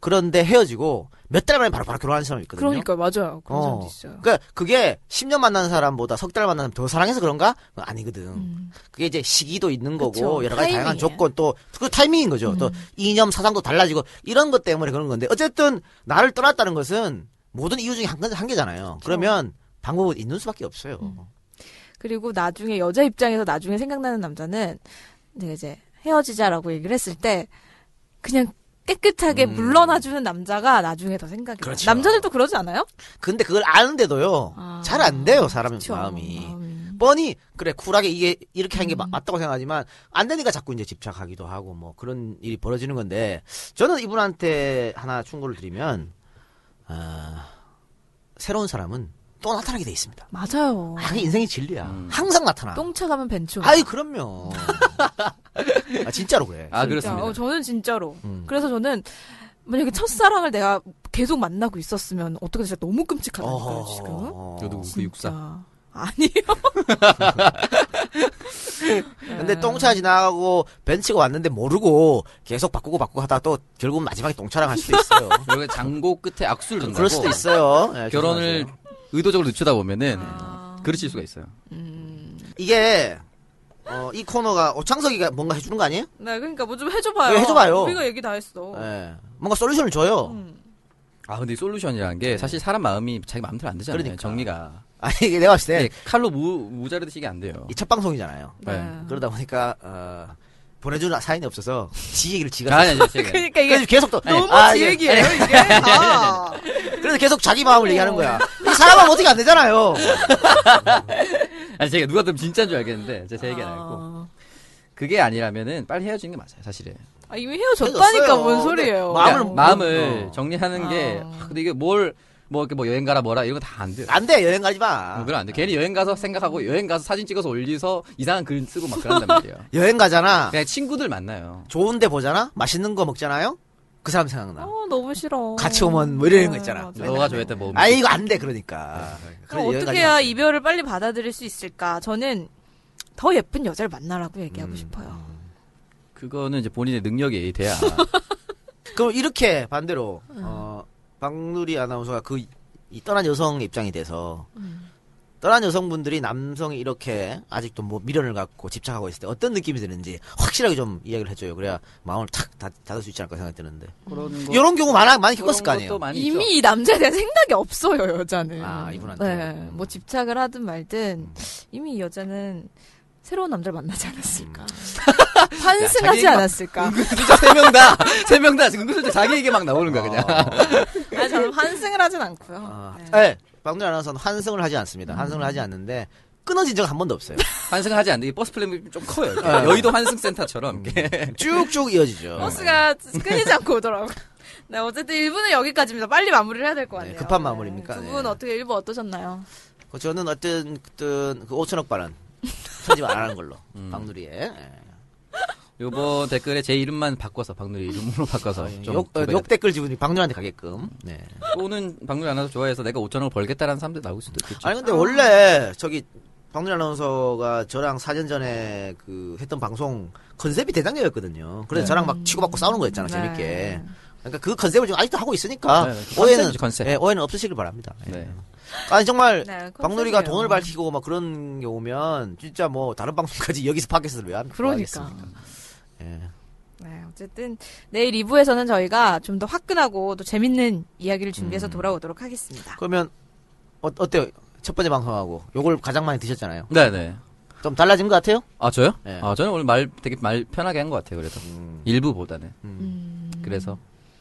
그런데 헤어지고 몇 달 만에 바로 바로 결혼하는 사람이 있거든요
그러니까 맞아요. 그런
어.
사람도 있어요.
그러니까 그게 10년 만난 사람보다 석 달 만난 사람 더 사랑해서 그런가? 그건 아니거든. 그게 이제 시기도 있는 거고
음. 그쵸.
여러 가지
타이밍이에요.
다양한
음.
조건 또 그 타이밍인 거죠. 또 이념 사상도 달라지고 이런 것 때문에 그런 건데 어쨌든 나를 떠났다는 것은 모든 이유 중에 한, 건- 한 개잖아요. 그러면 방법은 있는 수밖에 없어요.
음. 그리고 나중에 여자 입장에서 나중에 생각나는 남자는 내가 이제 헤어지자라고 얘기를 했을 때 그냥 깨끗하게 물러나주는 남자가 나중에 더 생각이 나요.
음. 그렇죠.
남자들도 그러지 않아요?
근데 그걸 아는데도요
아,
잘 안 돼요 사람의
그쵸.
마음이.
마음이.
뻔히 그래 쿨하게 이게 이렇게 한 게 맞다고 생각하지만 안 되니까 자꾸 이제 집착하기도 하고 뭐 그런 일이 벌어지는 건데 저는 이분한테 하나 충고를 드리면 아, 새로운 사람은 또 나타나게 돼 있습니다.
맞아요.
아, 그게 인생의 진리야. 항상 나타나.
어. 똥차 가면 벤츠. 온다.
아. 아이 그럼요. 아 진짜로 그래.
아
진짜.
그렇습니다.
음.
어, 저는 진짜로. 그래서 저는 만약에 첫사랑을 내가 계속 만나고 있었으면 어떻게 진짜 너무 끔찍하다니까요,
어허.
지금.
저도 그 육사.
어, 진짜. 아니에요.
근데 똥차 지나가고 벤츠가 왔는데 모르고 계속 바꾸고 바꾸고 하다 가또 결국은 마지막에 똥차랑 할 수도 있어요.
여기 장고 끝에 악수를 둔다고.
그럴 수도 있어요. 예,
결혼을
죄송하세요.
의도적으로 늦추다 보면은
아.
그르칠 수가 있어요.
이게 어, 이 코너가 오창석이가 뭔가 해주는 거 아니에요?
네, 그러니까 뭐 좀 해줘봐요.
네, 해줘봐요.
우리가 얘기 다 했어. 음.
예. 뭔가 솔루션을 줘요.
아 근데 이 솔루션이라는 게 사실 사람 마음이 자기 마음대로 안 되잖아요.
네. 그러니까.
정리가.
아니 이게 내가 봤을
네.
때
칼로 무 무자르듯이 이게 안 돼요.
이 첫 방송이잖아요.
네.
그러다 보니까 어, 보내준 사인이 없어서 지 얘기를 지가
아니 아니 제가
그러니까
그래서
이게
계속 또
너무
아,
지
예.
얘기예요, 이게. 아.
그래서 계속 자기 마음을 얘기하는 거야. 이 사람은 어떻게 안 되잖아요.
아니 제가 누가 들으면 진짜인 줄 알겠는데 제가 제 얘기 안 했고
아.
그게 아니라면은 빨리 헤어지는 게 맞아요 사실은.
아, 이미 헤어졌다니까
헤어졌어요.
뭔 소리예요.
근데 마음을-
그러니까 마음을
어.
정리하는 게
아.
아, 근데 이게 뭘 뭐 이렇게 뭐 여행 가라 뭐라 이런 거 다 안 돼요.
안 돼 여행 가지 마.
아, 그건 안 돼. 괜히 여행 가서 생각하고 여행 가서 사진 찍어서 올리서 이상한 글 쓰고 막 그런단 말이에요.
여행 가잖아.
그냥 친구들 만나요.
좋은데 보잖아. 맛있는 거 먹잖아요. 그 사람 생각나.
어, 너무 싫어.
같이 오면 뭐 이런 거 있잖아.
맞아.
너가 좋아했던 뭐
아 이거 안 돼 그러니까.
그럼
그래, 여행
어떻게
가지
해야
마.
이별을 빨리 받아들일 수 있을까? 저는 더 예쁜 여자를 만나라고
음.
얘기하고 싶어요.
그거는 이제 본인의 능력이 돼야
그럼 이렇게 반대로
음.
어, 박누리 아나운서가 그 이 떠난 여성 입장이 돼서
음.
떠난 여성분들이 남성이 이렇게 아직도 뭐 미련을 갖고 집착하고 있을 때 어떤 느낌이 드는지 확실하게 좀 이야기를 해줘요. 그래야 마음을 탁 닫, 닫을 수 있지 않을까 생각이 드는데
그런
뭐
이런 경우 많아 많이 겪었을 거 아니에요.
이미 이 남자에 대한 생각이 없어요, 여자는.
아, 음. 이분한테.
네. 뭐 집착을 하든 말든 이미 이 여자는 새로운 남자를 만나지 않았을까.
음.
환승하지
자기
않았을까.
진짜 세명다세명다 지금 그슬쩍 자기 얘기 막 나오는 거야 그냥.
아, 저는 환승을 하진 않고요.
아,
네.
예.
음.
네. 박누리 아나운서는 환승을 하지 않습니다. 환승을 하지 않는데 끊어진 적 한 번도 없어요.
환승하지 않는데 이 버스 플랜이 좀 커요. 이렇게. 여의도 환승센터처럼 이렇게.
쭉쭉 이어지죠.
버스가 끊이지 않고 오더라고. 네, 어쨌든 1부는 여기까지입니다. 빨리 마무리를 해야 될 것 같네요.
네, 급한 마무리입니까?
두 분
네.
어떻게 1부 어떠셨나요?
그 저는 어떤 어떤 그 5천억 발언 편집 안 하는 걸로
음.
박누리의 예.
요번 댓글에 제 이름만 바꿔서 박누리 이름으로 바꿔서 좀
욕, 어,
도배가
욕 댓글 지분이 박누리한테 가게끔. 네.
또는 박누리 아나운서 좋아해서 내가 5천 원을 벌겠다라는 사람들 나올 수도 있겠죠.
아니 근데 원래 저기 박누리 아나운서가 저랑 사년 전에 그 했던 방송 컨셉이 대장녀였거든요.
네.
그래서 저랑 막 치고받고 싸우는 거였잖아
네.
재밌게. 그러니까 그 컨셉을 지금 아직도 하고 있으니까
네, 네.
오해는
컨셉이죠, 컨셉.
예, 오해는 없으시길 바랍니다. 예.
네.
아니 정말
네,
박누리가
컨셉이에요.
돈을 밝히고 막 그런 경우면 진짜 뭐 다른 방송까지 여기서 팟캐스트를 왜 하는
그러니까.
예.
네, 어쨌든 내일 2부에서는 저희가 좀 더 화끈하고 또 재밌는 이야기를 준비해서 돌아오도록 하겠습니다.
그러면 어, 어때요? 첫 번째 방송하고 요걸 가장 많이 드셨잖아요.
네네.
좀 달라진 것 같아요?
아 저요?
네.
아 저는 오늘 말 되게 말 편하게 한 것 같아요. 그래서 일부보다는 음. 그래서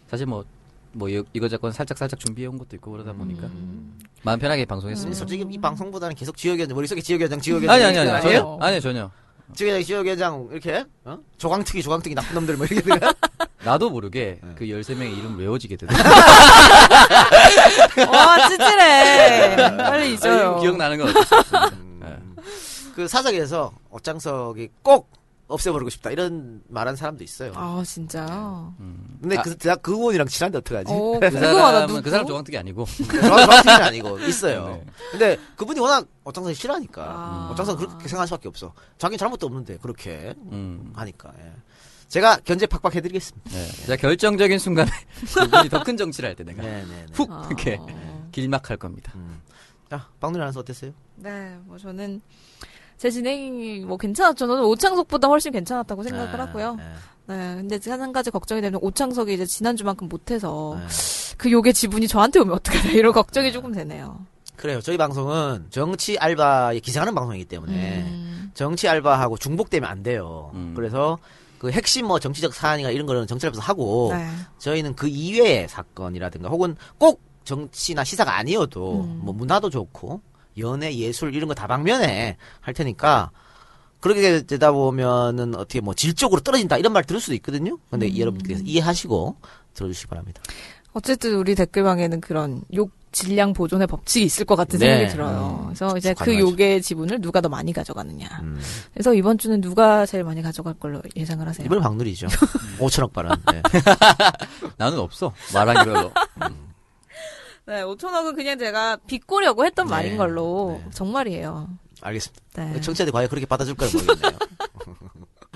사실 뭐. 뭐 이- 이거 저건 살짝 살짝 준비해 온 것도 있고 그러다 보니까 마음 편하게
근데
방송했습니다.
솔직히 이 방송보다는 계속 지역위원장 머릿속에 지역위원장
음.
지역위원장
아니 아니 아니
이렇게
전혀
나와요.
아니 전혀
지역위원장 지역위원장 이렇게 어? 조강특위 조강특위 나쁜 놈들 뭐 이렇게 들어요.
나도 모르게
네.
그 13명의 이름 외워지게 되네.
와, 어, 찌질해. 빨리
아, 이름
잊어요. 음.
기억나는 건 어쩔 수
음.
없습니다. 네.
그 사석에서 어장석이 꼭 없애버리고 싶다 이런 말한 사람도 있어요.
아, 진짜요?
근데
아.
그, 대학 그 의원이랑 친한데 어떡하지? 그
오,
그
궁금하다. 누구?
사람은 그 사람 조강특이 아니고
조강특위는 아니고 있어요.
네.
근데 그분이 워낙 어장석이 싫어하니까
아.
어장석 그렇게 생각할 수밖에 없어. 자기는 잘못도 없는데 그렇게
음.
하니까. 예. 제가 견제 팍팍 해드리겠습니다.
네. 제가 결정적인 순간에 그분이 더 큰 정치를 할 때 내가
네네. 음.
훅
아.
이렇게 길막할 겁니다.
자, 박누리 아나운서 어땠어요?
네, 뭐 저는 제 진행이 뭐 괜찮았죠. 저는 오창석보다 훨씬 괜찮았다고 생각을 하고요.
예.
네, 근데 한 가지 걱정이 되는 오창석이 이제 지난주만큼 못해서
네. 아.
그 욕의 지분이 저한테 오면 어떡하나 이런 걱정이 조금 되네요.
그래요. 저희 방송은 정치 알바에 기생하는 방송이기 때문에
음.
정치 알바하고 중복되면 안 돼요.
음.
그래서 그 핵심 뭐 정치적 사안이나 이런 거는 정치 알바에서 하고
네.
저희는 그 이외의 사건이라든가 혹은 꼭 정치나 시사가 아니어도 뭐 문화도 좋고 연애 예술 이런 거 다방면에 할 테니까 그렇게 되다 보면은 어떻게 뭐 질적으로 떨어진다 이런 말 들을 수도 있거든요. 근데 여러분께서 이해하시고 들어주시기 바랍니다.
어쨌든 우리 댓글방에는 그런 욕 질량 보존의 법칙이 있을 것 같은
네.
생각이 들어요. 그래서 이제 그
가능하죠.
욕의 지분을 누가 더 많이 가져가느냐.
음.
그래서 이번 주는 누가 제일 많이 가져갈 걸로 예상을 하세요.
네. 이번에 박누리죠. 5천억 발언. 네.
나는 없어. 말하기로.
네, 5천억은 그냥 제가 비꼬려고 했던
네.
말인 걸로
네.
정말이에요.
알겠습니다.
네.
청취자들이 과연 그렇게 받아줄까요? 모르겠네요.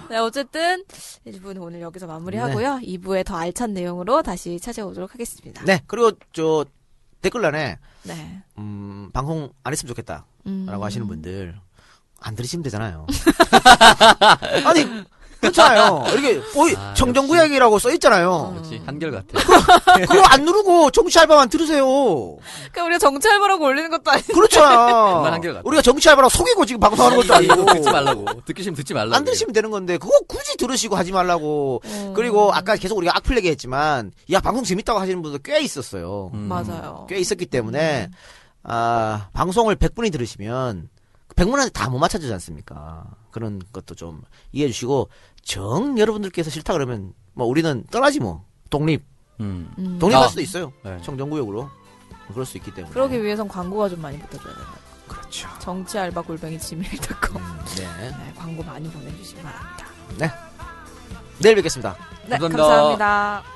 네, 어쨌든 1부는 오늘 여기서 마무리하고요. 2부에 더 알찬 내용으로 다시 찾아오도록 하겠습니다.
네. 그리고 저 댓글란에
네.
음, 방송 안 했으면 좋겠다.
음.
라고 하시는 분들 안 들으시면 되잖아요. 아니 그렇잖아요. 이렇게 어이
아, 어.
청정구역이라고 써
어.
있잖아요.
그렇지 한결 같아.
그거 안 누르고 정치 알바만 들으세요.
그러니까 우리가 정찰보라고 올리는 것도 아니
정말
그렇잖아.
한결같아.
우리가 정치 알바라고 속이고 지금 방송하는 것도 아니고
듣지 말라고. 듣기 싫으면 듣지 말라고.
안 들으시면 되는 건데 그거 굳이 들으시고 하지 말라고. 그리고 아까 계속 우리가 악플 얘기했지만 야 방송 재밌다고 하시는 분들 꽤 있었어요.
음.
맞아요.
꽤 있었기 때문에 아 방송을 100분이 들으시면 그 100분한테 다 못 맞춰주지 않습니까? 그런 것도 좀 이해해 주시고 정 여러분들께서 싫다 그러면 뭐 우리는 떠나지 뭐 독립
음.
음.
독립할
아.
수도 있어요
네.
청정구역으로 그럴 수 있기 때문에
그러기 위해선 광고가 좀 많이 붙어줘야 돼요.
그렇죠
정치 알바 골뱅이 지밀닷컴.
네.
네, 광고 많이 보내주시기 바랍니다.
네 내일 뵙겠습니다
네,
감사합니다.
감사합니다.